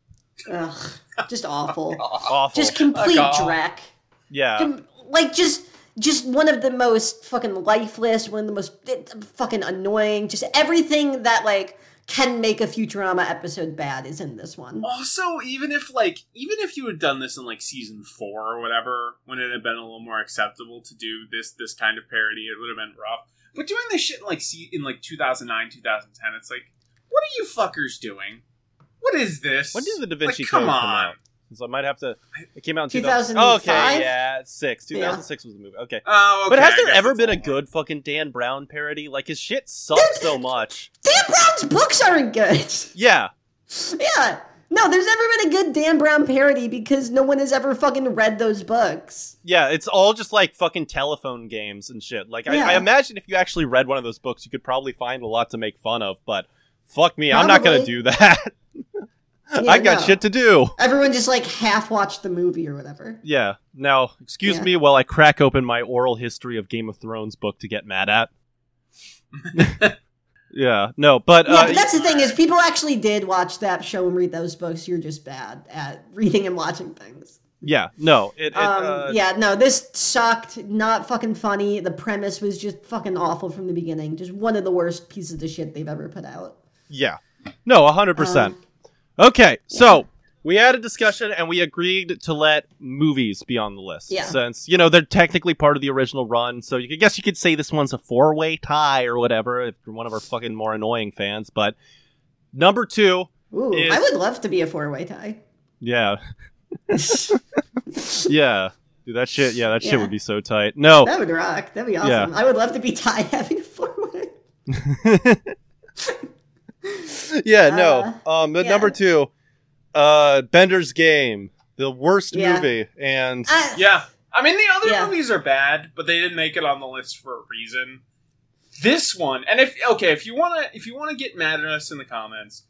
Ugh, just awful. Uh, Awful, just complete Fuck off. dreck. yeah. Com- like just just one of the most fucking lifeless, one of the most it- fucking annoying, just everything that like can make a Futurama episode bad is in this Mm. one. Oh. Also, even if like even if you had done this in like season four or whatever, when it had been a little more acceptable to do this this kind of parody, it would have been rough. But doing this shit in like se- in like 2009, 2010, it's like, what are you fuckers doing? What is this? When did the Da Like, Vinci come Code come on. out? So I might have to. It came out in 2000. Oh, okay, 2005? yeah, six. Yeah. 2006 was the movie. Okay. Oh, But okay, has I there guess ever it's been a all- good fucking Dan Brown parody? Like his shit [LAUGHS] sucks so much. Dan Brown's books aren't good. [LAUGHS] Yeah, Yeah. No, there's never been a good Dan Brown parody because no one has ever fucking read those books. yeah. It's all just like fucking telephone games and shit. Like Yeah. I, I imagine if you actually read one of those books, you could probably find a lot to make fun of. But fuck me, I'm not gonna Probably. do that. [LAUGHS] [LAUGHS] Yeah, I got no. shit to do. Everyone just like half watched the movie or whatever. Yeah. Now, excuse Yeah. me while I crack open my oral history of Game of Thrones book to get mad at. yeah. No, but yeah, uh, but that's the thing is people actually did watch that show and read those books. You're just bad at [LAUGHS] reading and watching things. yeah. No. It. it um, uh, yeah, no, this sucked. Not fucking funny. The premise was just fucking awful from the beginning. Just one of the worst pieces of shit they've ever put out. Yeah. No, 100%. Um, okay, so we had a discussion and we agreed to let movies be on the list. Yeah. Since, you know, they're technically part of the original run. So you could guess you could say this one's a four way tie or whatever if you're one of our fucking more annoying fans. But number two, Um, Ooh, Is- I would love to be a four way tie. [LAUGHS] [LAUGHS] yeah. yeah. Dude, that shit, yeah, that shit Yeah. would be so tight. No. That would rock. That'd be awesome. I would love to be tied [LAUGHS] having a four way. yeah, no. Um, but yeah. number two, uh, Bender's Game, the worst Yeah. movie, and I- Yeah, I mean the other Yeah. movies are bad, but they didn't make it on the list for a reason. This one, and if okay, if you wanna if you wanna get mad at us in the comments,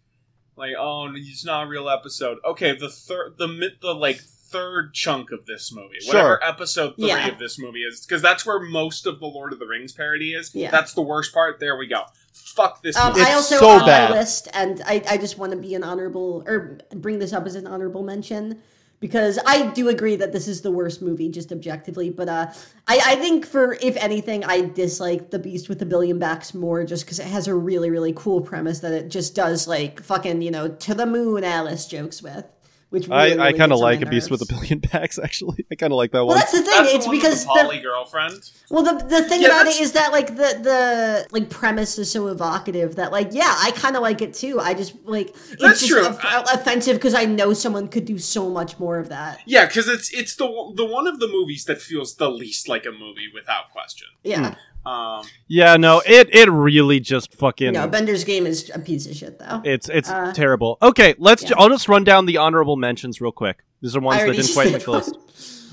like oh it's not a real episode. Okay, the third the mi- the like third chunk of this movie, whatever episode three Yeah. of this movie is, because that's where most of the Lord of the Rings parody is. Yeah. That's the worst part. There we go. Fuck this. Um, movie. I also so on bad. my list, and I, I just want to be an honorable or bring this up as an honorable mention because I do agree that this is the worst movie, just objectively. But uh, I, I think for if anything, I dislike The Beast with a Billion Backs more, just because it has a really really cool premise that it just does like fucking you know to the moon Alice jokes with, which really, I, I really kind of gets on like my a beast with a nerves. billion [LAUGHS] backs. Actually, I kind of like that Well, one. that's the thing. That's the it's one with because the the poly girlfriend. Well, the the thing Yeah, about that's- it is that like the the like premise is so evocative that like yeah, I kind of like it too. I just like it's That's just true. off- offensive because I know someone could do so much more of Hmm. that. Yeah, because it's it's the the one of the movies that feels the least like a movie without question. Yeah, Um, yeah, no, it it really just fucking no, Bender's game is a piece of shit though. it's it's uh, terrible. Okay, let's. Ju- yeah. I'll just run down the honorable mentions real quick. These are I ones that already didn't quite said make the one. [LAUGHS] list.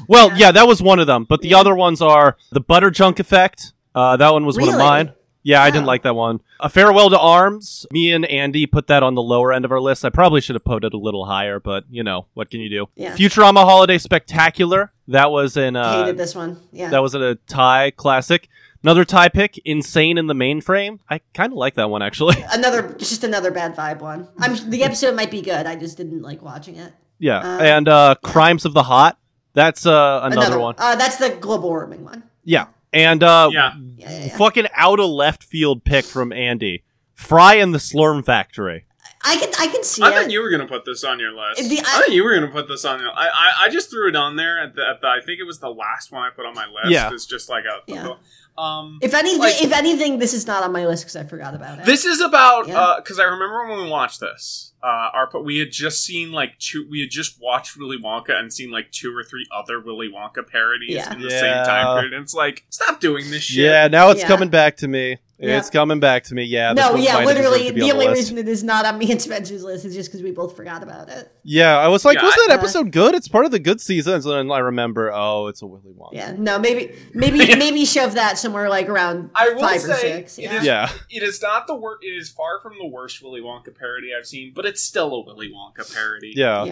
Well, yeah. that was one of them, but the other ones are the butter junk effect. Uh, that one was one of Really? mine. Yeah, I didn't Wow. like that one. A Farewell to Arms. Me and Andy put that on the lower end of our list. I probably should have put it a little higher, but you know what can you do? Yeah. Futurama Holiday Spectacular. That was in uh, Hated this one. [LAUGHS] Yeah. that was in a tie classic. Another tie pick. Insane in the mainframe. I kind of like that one actually. [LAUGHS] another just another bad vibe one. I'm the episode might be good. I just didn't like watching it. yeah, Uh, and uh, Crimes of the Hot. That's uh, another, one. Uh, that's the global warming one. Yeah, and uh, yeah, Yeah, yeah, yeah. fucking out of left field pick from Andy. Fry and the Slurm Factory. I can I can see I it. thought you were gonna put this on your list. The- I, thought you were gonna put this on. Your, I, I I just threw it on there at the, at the. I think it was the last one I put on my list. Yeah. it's just like a. Yeah. Um, if anything, like- if anything, this is not on my list because I forgot about it. This is about Yeah. because I remember when we watched this. Uh, our po- we had just seen like two. We had just watched Willy Wonka and seen like two or three other Willy Wonka parodies Yeah. in the Yeah. same time period. And it's like, stop doing this shit. Yeah, now it's Yeah. coming back to me. Yeah. It's coming back to me. Yeah. this no, one yeah, might have deserved literally to be the on only list. reason it is not on [LAUGHS] me and Spencer's list is just because we both forgot about it. Yeah, I was like, Yeah, was that I- episode good? It's part of the good season. And then I remember, oh, it's a Willy Wonka. Yeah, no, [LAUGHS] maybe maybe maybe shove that somewhere like around I will five or say six. it Yeah. is- Yeah. It is not the worst. It is far from the worst Willy Wonka parody I've seen, but it's still a Willy Wonka parody. Yeah.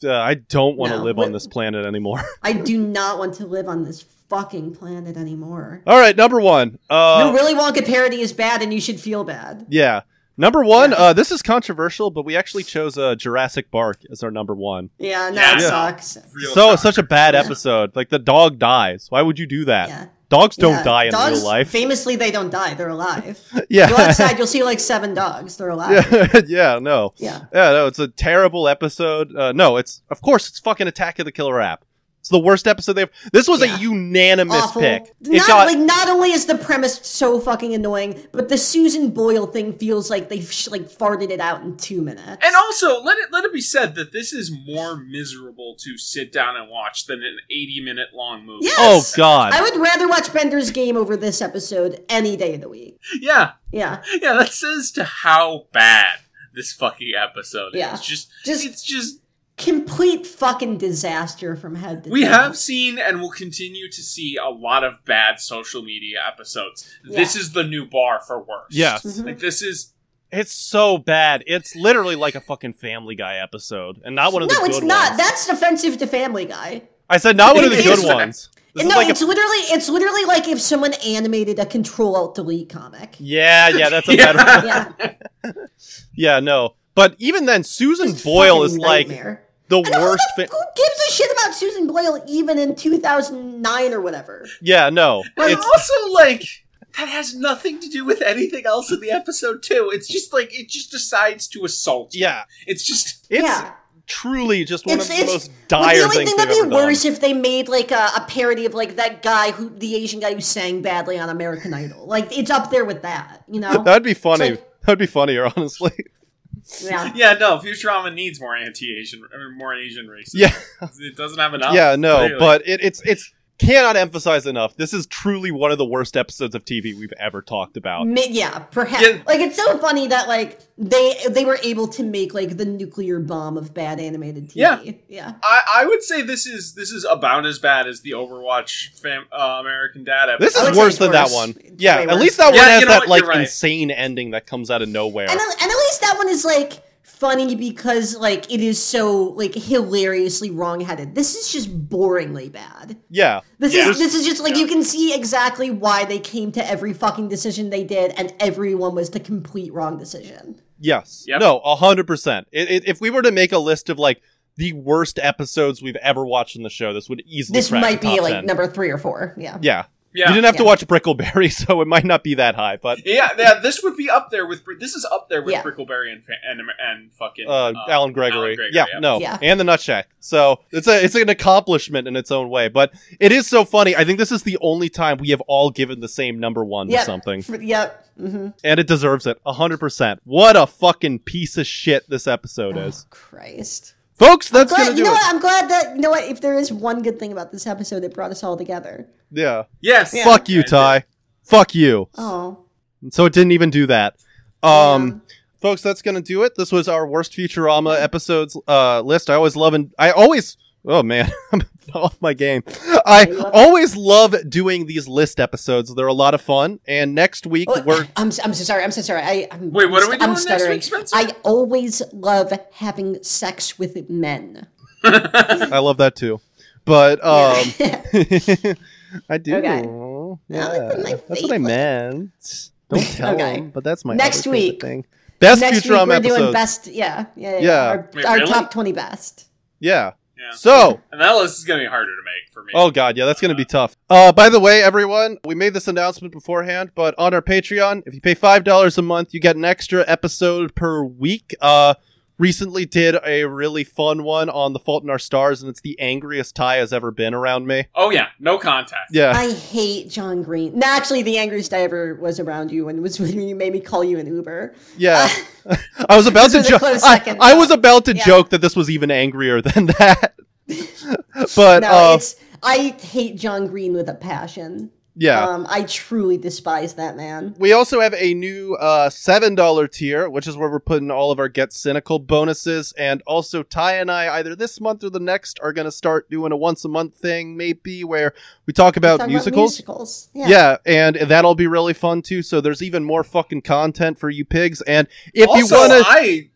yeah, Uh, I don't want to No, live but- on this planet anymore. I do not want to live on this fucking planet anymore. All right, number one. Uh, no, Willy Wonka parody is bad, and you should feel bad. Yeah. Number one, Yeah. uh, this is controversial, but we actually chose uh, Jurassic Bark as our number one. Yeah, no, Yeah. it Yeah. sucks. Real so shock. it's such a bad Yeah. episode. Like the dog dies. Why would you do that? Yeah. Dogs don't Yeah, die in dogs, real life. Famously, they don't die; they're alive. [LAUGHS] yeah. Go outside, you'll see like seven dogs. They're alive. yeah. [LAUGHS] yeah. No. Yeah. Yeah, no, it's a terrible episode. Uh, no, it's of course it's fucking Attack of the Killer App. It's the worst episode they've. This was Yeah. a unanimous Awful. pick. It Not got like not only is the premise so fucking annoying, but the Susan Boyle thing feels like they've sh- like farted it out in two minutes. oh And also, let it let it be said that this is more miserable to sit down and watch than an eighty-minute long movie. Yes. oh god, I would rather watch Bender's Game over this episode any day of the week. Yeah, Yeah, yeah. That says to how bad this fucking episode Yeah. is. Just, Just- it's just complete fucking disaster from head to we toe. have seen and will continue to see a lot of bad social media episodes. This is the new bar for worse. Yes. Mhm. like this is it's so bad. It's literally like a fucking Family Guy episode, and not one of the No, good it's not. ones. That's offensive to Family Guy. I said not one of the It good is. ones. This no, is like a, it's literally it's literally like if someone animated a Control Alt [LAUGHS] Delete comic. yeah, yeah, that's a [LAUGHS] Yeah. bad one. Yeah, Yeah, no. But even then, Susan Just Boyle fucking is like nightmare. the And who worst. the- Fa- Who gives a shit about Susan Boyle even in 2009 or whatever? yeah, no. But It's also like that has nothing to do with anything else in the episode too. It's just like it just decides to assault. you. yeah, It's just it's yeah. truly just one It's- of the it's- most Well, dire the only things thing they've that'd ever be done. worse if they made like a, a parody of like that guy who the Asian guy who sang badly on American Idol. Like it's up there with that, [LAUGHS] you know? That'd be funny. like- That'd be funnier, honestly. [LAUGHS] [LAUGHS] yeah. yeah. No, Futurama needs more anti-Asian or more Asian racism. Yeah, it doesn't have enough. yeah, no, Clearly. but it, it's it's cannot emphasize enough. This is truly one of the worst episodes of TV we've ever talked about. Mi- yeah, perhaps. Yeah. Like it's so funny that like they they were able to make like the nuclear bomb of bad animated TV. Yeah. yeah. I, I would say this is this is about as bad as the Overwatch fam, uh, American Dad episode. This I is would say worse it's than that worse. one. It's Yeah, way at worse. least that Yeah, one has you know that what? like You're right. insane ending that comes out of nowhere. And, at- and at least that one is like funny because like it is so like hilariously wrongheaded. This is just boringly bad. yeah, This Yeah. is this is just like you can see exactly why they came to every fucking decision they did, and everyone was the complete wrong decision. yes, Yep. no, a hundred percent. It- it- If we were to make a list of like the worst episodes we've ever watched in the show, this would easily This crack might the be top like 10. number three or four. Yeah. Yeah, yeah. you didn't have to Yeah. watch Brickleberry, [LAUGHS] so it might not be that high, but uh, yeah, yeah, this would be up there with this is up there with Yeah. Brickleberry and fa- and, and fucking uh, Alan Gregory. Alan Gregory, yeah, yeah. no, Yeah. and the Nutshack. So it's a it's an accomplishment in its own way. But it is so funny. I think this is the only time we have all given the same number one Yep. to something, For- Yep. Mm-hmm. and it deserves it hundred percent. What a fucking piece of shit this episode is, Oh, Christ. folks. That's Glad- gonna you do know it. what? I'm glad that you know what. If there is one good thing about this episode, it brought us all together. Yeah. yes. Yeah. fuck you, Ty. Fuck you. Oh. So it didn't even do that. Um. damn. folks that's gonna do it this was our worst futurama episodes uh list i always love and i always Oh man, [LAUGHS] I'm off my game. I love it. always love doing these list episodes. They're a lot of fun. And next week Oh, [LAUGHS] we're I'm, s- I'm so sorry. I'm so sorry. I, I'm, Wait, what I'm are we st- doing I'm next stuttering. week, Spencer? I always love having sex with men. I love that too. But um [LAUGHS] I do. Yeah. Now it's my that's what I favorite. meant. [LAUGHS] Don't tell Okay. them, but that's my Next other favorite week. thing. Best [LAUGHS] Next week Futurama we're doing episodes. best. Yeah, yeah, yeah. Yeah. Our, Wait, our really? top twenty best. yeah. Yeah. So, And that list is going to be harder to make for me. oh god, yeah, that's going to be tough. Uh by the way, everyone, we made this announcement beforehand, but on our Patreon, if you pay $5 a month, you get an extra episode per week. Uh recently did a really fun one on The Fault in Our Stars and it's the angriest Ty has ever been around me. Oh, yeah. No contact. Yeah. I hate John Green. No, actually, the angriest I ever was around you and was [LAUGHS] when you made me call you an Uber. Yeah. [LAUGHS] I was about to was uh, a joke. close I, second, I though. was about to Yeah. joke that this was even angrier [LAUGHS] than [LAUGHS] that. but no, uh, it's I hate John Green with a passion. yeah. Um, I truly despise that man. we also have a new uh, $7 tier, which is where we're putting all of our Get Cynical bonuses. And also, Ty and I, either this month or the next, are going to start doing a once a month thing, maybe, where we talk about Talk about musicals. musicals. Yeah. and that'll be really fun, too. So there's even more fucking content for you pigs. And if also, you want to. I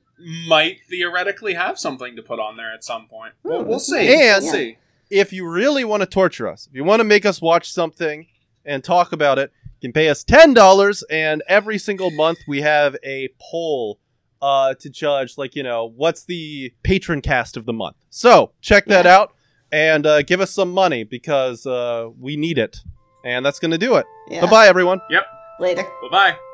might theoretically have something to put on there at some point. We'll, we'll see. Hmm. And- we'll see. if you really want to torture us, if you want to make us watch something and talk about it, you can pay us ten dollars, and every single month we have a poll uh, to judge, like you know, what's the patron cast of the month. So check that out and uh, give us some money because uh, we need it, and that's gonna do it. Yeah. Bye bye, everyone. Later. Bye bye.